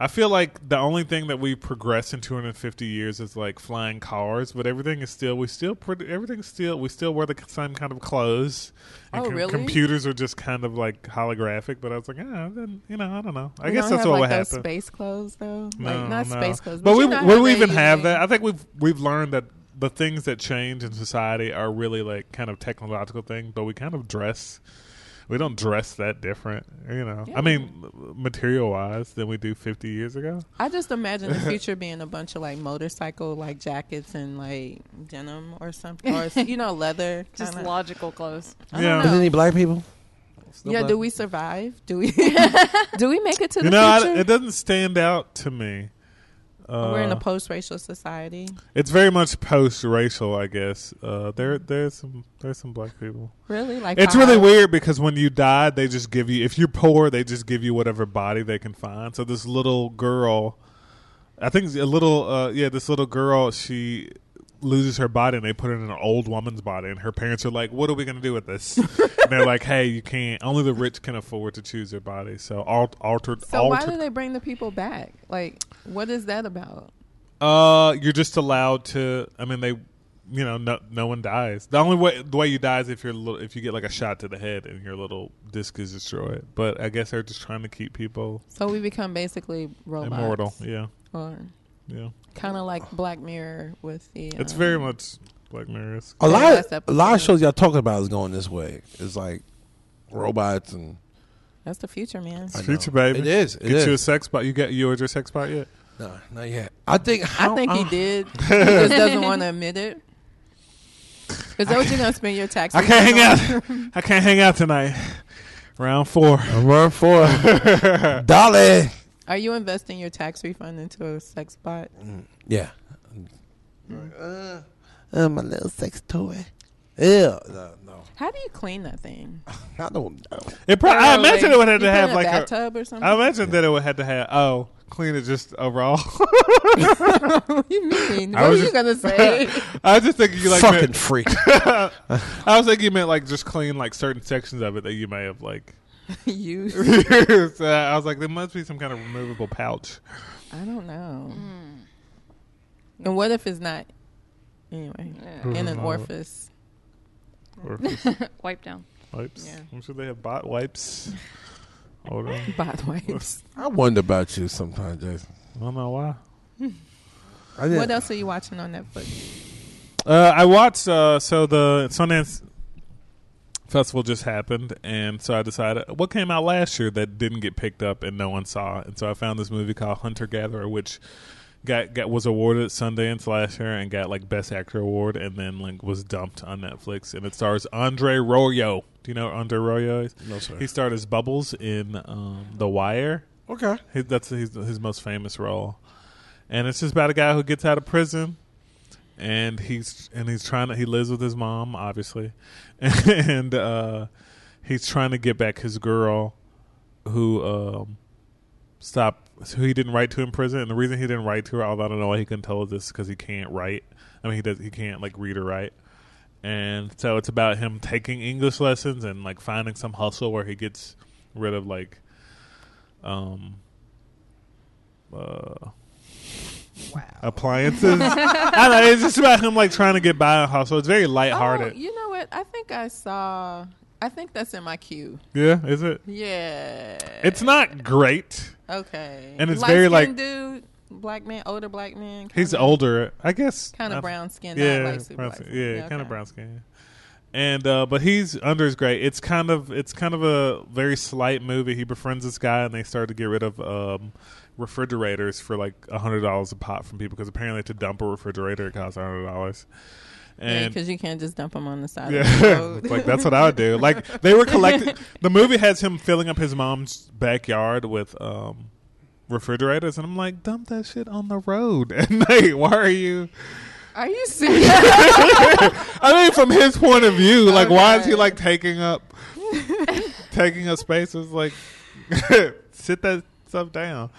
C: I feel like the only thing that we progressed in 250 years is like flying cars, but everything is still we still pretty everything's still we still wear the same kind of clothes. And
E: Oh,
C: com-
E: really?
C: Computers are just kind of like holographic. But I was like, ah, then, you know, I don't know. I
E: We
C: guess
E: don't
C: that's
E: have,
C: what
E: like,
C: would
E: those
C: happen.
E: Space clothes though,
C: No,
E: like not
C: no.
E: space clothes.
C: But,
E: you
C: we
E: know
C: would
E: how
C: we
E: they
C: even have
E: usually-
C: that? I think we've we've learned that the things that change in society are really like kind of technological things, but we kind of dress. We don't dress that different, you know. I mean, material wise, than we do 50 years ago.
E: I just imagine the future being a bunch of like motorcycle like jackets and like denim or something, or you know leather.
F: Just
E: kinda.
F: logical clothes.
C: yeah.
D: Is there any black people?
E: yeah. Do we survive? Do we? do we make it to the
C: You know, I,
E: future?
C: it doesn't stand out to me. Uh,
E: We're in a post-racial society.
C: it's very much post-racial, I guess. Uh, there, there's some, there's some black people.
E: Really? Like
C: It's
E: how-
C: really weird because when you die, they just give you. If you're poor, they just give you whatever body they can find. So this little girl, I think a little, uh, yeah, this little girl, she loses her body and they put it in an old woman's body, and her parents are like, "What are we gonna do with this?" and they're like, "Hey, you can't. Only the rich can afford to choose their body." So al- altered,
E: So why
C: altered.
E: do they bring the people back? Like, what is that about?
C: uh, you're just allowed to. I mean, they. You know, no, no one dies. The only way the way you die is if you're little, if you get like a shot to the head and your little disc is destroyed. But I guess they're just trying to keep people
E: So we become basically robots,
C: immortal. Yeah,
E: or
C: yeah.
E: kind of like Black Mirror with the.
C: It's
E: um,
C: very much Black Mirror's.
D: A
E: Yeah,
D: lot,
E: last
D: a lot of
E: episode.
D: shows y'all talking about is going this way. It's like robots and
E: That's the future, man.
D: I know.
C: Future baby,
D: It is. It
C: get you a
D: is.
C: sex bot. You get you ordered your sex bot yet?
D: No, not yet. I think.
E: I think
C: uh.
E: he did. he just doesn't want to admit it. Is that what you're gonna spend your taxes?
C: I can't hang
E: on?
C: out. I can't hang out tonight. Round four.
D: Run for it. Dolly.
E: Are you investing your tax refund into a sex bot?
D: Yeah. Uh, uh, my little sex toy. Yeah. No, no.
E: How do you clean that thing?
D: I don't know.
C: It probably. I
E: Or,
C: imagine
E: like,
C: it would have
E: you
C: to
E: put
C: have
E: in
C: like
E: a
C: a.
E: bathtub or something.
C: I imagine that it would have to have oh clean it just overall.
E: what do you mean?
C: I
E: What were
C: was
E: you
C: just-
E: gonna say?
C: I was just thinking you like
D: Fucking
C: meant-
D: freak.
C: I was thinking you meant like just clean like certain sections of it that you may have like.
E: you?
C: so I was like, there must be some kind of removable pouch.
E: I don't know. Mm. And what if it's not? Anyway, in an orifice.
C: Or-
F: Wipe down.
C: Wipes.
E: Yeah.
C: I'm sure they have bot wipes. Hold on.
E: Bot wipes.
D: I wonder about you sometimes, Jason.
C: I don't know why.
D: I
E: What
D: didn't-
E: else are you watching on Netflix?
C: Uh, I watched. Uh, so the Sundance Festival just happened, and so I decided what came out last year that didn't get picked up and no one saw. And so I found this movie called Hunter Gatherer, which got, got was awarded at Sundance last year and got like Best Actor award, and then like was dumped on Netflix. And it stars Andre Royo. Do you know who Andre Royo is?
D: No, sir.
C: He starred as Bubbles in um, The Wire.
D: Okay.
C: His, that's his, his most famous role, and it's just about a guy who gets out of prison, and he's and he's trying to he lives with his mom obviously, and uh, he's trying to get back his girl, who um, stopped who he didn't write to in prison, and the reason he didn't write to her, although I don't know why he couldn't tell her this, because he can't write. I mean, he does he can't like read or write. And so it's about him taking English lessons and like finding some hustle where he gets rid of like um uh appliances. I don't know, it's just about him like trying to get by and hustle. It's very lighthearted.
E: Oh, you know what? I think I saw. I think that's in my queue.
C: yeah, is it?
E: Yeah.
C: It's not great.
E: okay.
C: and it's very, like-
E: Light-skinned dude, black man, older black man.
C: He's
E: kinda-
C: older, I guess.
E: Kind
C: I-
E: of brown skin,
C: Yeah,
E: not like super
C: brown
E: light
C: skin.
E: skin.
C: yeah, kind
E: okay.
C: of brown skin. And uh, but he's under his gray. It's kind of it's kind of a very slight movie. He befriends this guy, and they start to get rid of um, refrigerators for like a hundred dollars a pop from people because apparently to dump a refrigerator it costs a hundred dollars.
E: Yeah,
C: And
E: because you can't just dump him on the side of the
C: Yeah,
E: road.
C: like that's what I would do. Like they were collecting. The movie has him filling up his mom's backyard with um, refrigerators, and I'm like, dump that shit on the road. And like, why are you?
E: Are you serious?
C: I mean, from his point of view, like, why is he
E: Okay.
C: like taking up taking up space? It's like, sit that stuff down.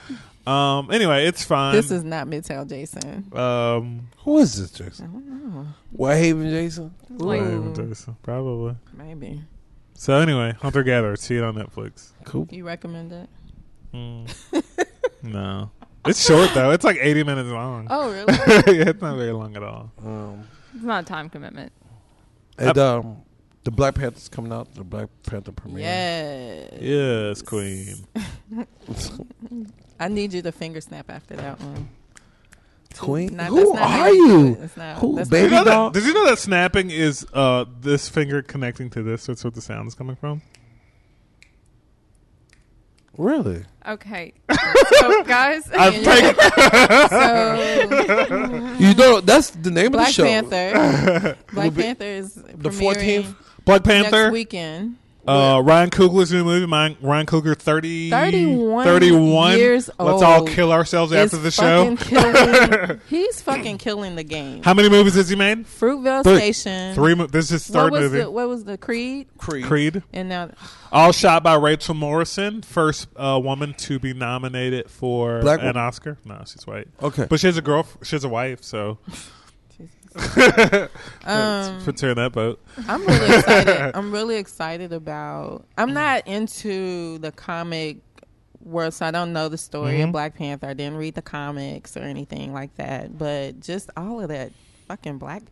C: Um. Anyway, it's fine.
E: this is not Midtown Jason.
C: um.
D: Who is this, Jason? I don't know. What Haven, Jason?
E: Ooh,
C: Probably.
E: maybe.
C: So anyway, Hunter Gatherer. See it on Netflix.
D: Cool.
E: You recommend it?
C: Mm. No. It's short though. It's like 80 minutes long.
E: Oh, really?
C: yeah, it's not very long at all.
D: Um,
F: It's not a time commitment.
D: and um, the Black Panther's coming out. The Black Panther premiere.
E: yes.
C: Yes, Queen.
E: I need you to finger snap after that one.
D: Queen.
E: Not-
D: Who
E: that's not
D: are
E: very
D: you?
E: good. It's not-
D: Who,
E: that's
C: Did
D: baby
C: you, know that,
D: doll?
C: did you know that snapping is uh, this finger connecting to this? That's where the sound is coming from.
D: Really?
F: Okay. so, guys,
C: I'm taking
E: So,
D: You know that's the name of
E: Black
D: the show.
E: Panther. Black
D: be-
E: Panther is
D: The fourteenth.
C: Black
E: next
C: Panther.
E: weekend.
C: Uh, Ryan Coogler's new movie. Mine, Ryan Coogler, 30,
E: 31
C: 31.
E: years
C: Let's all
E: old.
C: kill ourselves after
E: Is
C: the show.
E: fucking killing- he's fucking killing the game.
C: How many movies has he made?
E: Fruitvale
C: Three.
E: Station.
C: Three. Mo- this is his
E: What
C: third
E: was
C: movie.
E: the What was the Creed?
D: Creed.
C: Creed.
E: And now
C: All shot by Rachel Morrison, first uh, woman to be nominated for
D: Black
C: an
D: wo-
C: Oscar. No, she's white.
D: Okay.
C: But she has a girl. She has a wife, so
E: um,
C: for tearing that boat.
E: I'm really excited. I'm really excited about.
D: Mm-hmm.
E: I'm not into the comic world, so I don't know the story
D: Mm-hmm.
E: of Black Panther. I didn't read the comics or anything like that. But just all of that fucking black,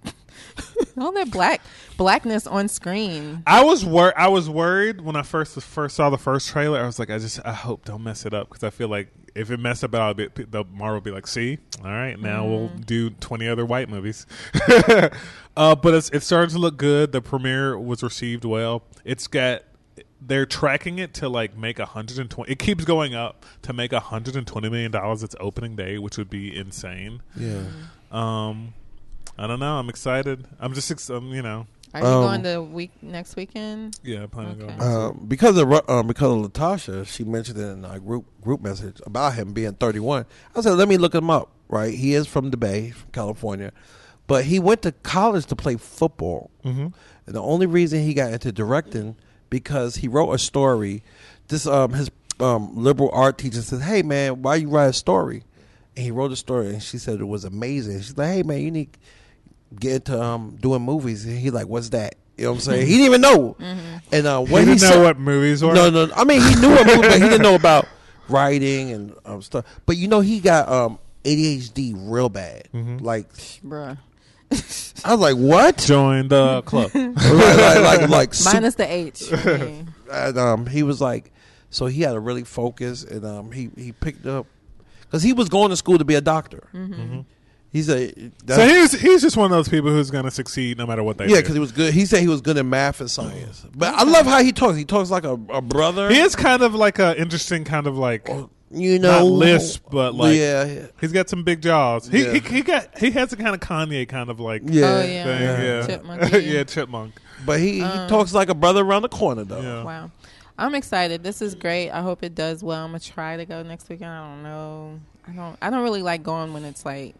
E: all that black blackness on screen.
C: I was wor- I was worried when I first first saw the first trailer. I was like, I just I hope don't mess it up because I feel like if it messed up, I'll be, the Marvel will be like, see, all right, now we'll do twenty other white movies. uh, but it's, it started to look good. The premiere was received well. It's got they're tracking it to like make 120 it keeps going up to make 120 million dollars its opening day which would be insane
D: Yeah.
C: um i don't know i'm excited i'm just ex- um, you know
E: Are you
D: Um,
E: going to week next weekend?
C: yeah i plan to
E: Okay.
C: go
D: Um, because of Ru- um, because of Latasha, she mentioned in our group group message about him being 31. I said, let me look him up. Right, he is from the Bay, from California, but he went to college to play football. Mm-hmm. And the only reason he got into directing because he wrote a story. This um his um liberal art teacher says, hey man, why you write a story? And he wrote a story, and she said it was amazing. She's like, hey man, you need get into um, doing movies. And he like, what's that? You know what I'm saying? he didn't even know. And uh,
C: He
D: when he,
C: didn't know
D: said-
C: what movies were.
D: No, no. no. I mean, he knew a movie, but he didn't know about writing and um, stuff.
C: Mm-hmm.
D: But you know, he got um, ADHD real bad. Like
E: Bruh.
D: I was like, what?
C: Join the club.
D: like, like, like, like super-
E: Minus the H. Yeah.
D: and, um, he was like, so he had to really focus, and um, he he picked up because he was going to school to be a doctor. He's a
C: Mm-hmm. so he's he's just one of those people who's gonna succeed no matter what they
D: yeah, because
C: do.
D: he was good. He said he was good in math and science. But I love how he talks. He talks like a, a brother.
C: Oh. he is kind of like a interesting kind of like
D: you know,
C: not lisp, but like
D: Oh, yeah,
C: he's got some big jaws. He,
D: Yeah.
C: he he got he has a kind of Kanye kind of like
D: yeah.
E: Oh
C: thing.
E: yeah.
C: Yeah,
E: Chipmunk.
C: yeah, chipmunk.
D: But he,
E: Um,
D: he talks like a brother around the corner though.
C: Yeah.
E: Wow. I'm excited. This is great. I hope it does well. I'm gonna try to go next weekend. I don't know. I don't. I don't really like going when it's like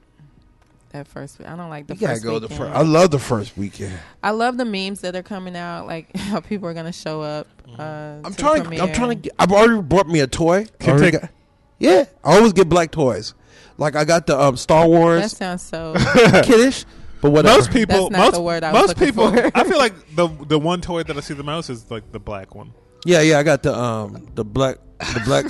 E: that first. week. I don't like the
D: You gotta
E: first
D: go the
E: weekend.
D: first. I love the first weekend.
E: I love the memes that are coming out. Like how people are gonna show up. Uh,
D: Mm-hmm. I'm
E: to the
D: trying.
E: premiere.
D: I'm trying to. Get, I've already bought me a toy.
C: Can
D: Already
C: take-
D: got- yeah, I always get black toys. Like I got the um, Star
E: That
D: Wars
E: sounds so.
D: kiddish, but whatever.
C: Most people,
E: That's not
C: most,
E: the word I was
C: most
E: looking
C: people.
E: for.
C: I feel like the the one toy that I see the most is like the black one.
D: Yeah, yeah, I got the um the black the black.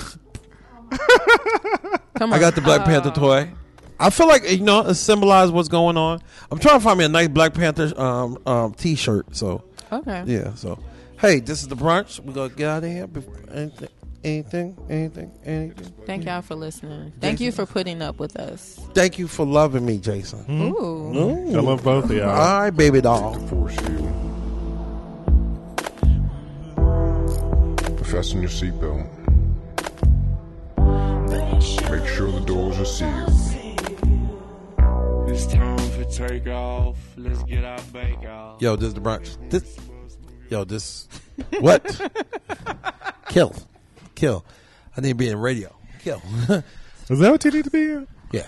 E: Come
D: I
E: on.
D: got the Black Panther toy. I feel like you know it symbolizes what's going on. I'm trying to find me a nice Black Panther um um t-shirt. So
E: okay.
D: yeah, so hey, this is the brunch. We gonna get out of here. Before anything, anything, anything, anything.
E: Thank y'all for listening. Thank you for putting up with us.
D: Thank you for loving me, Jason.
E: Ooh.
C: Mm-hmm. I love both of y'all.
D: All right, baby doll.
I: force you. Fasten your seatbelt. Make sure the doors are sealed.
J: It's time for takeoff. Let's get our bake off.
D: Yo, this is the brunch. This, yo, this, what? kill, kill. I need to be in radio. Kill.
C: Is that what you need to be? In?
D: yeah.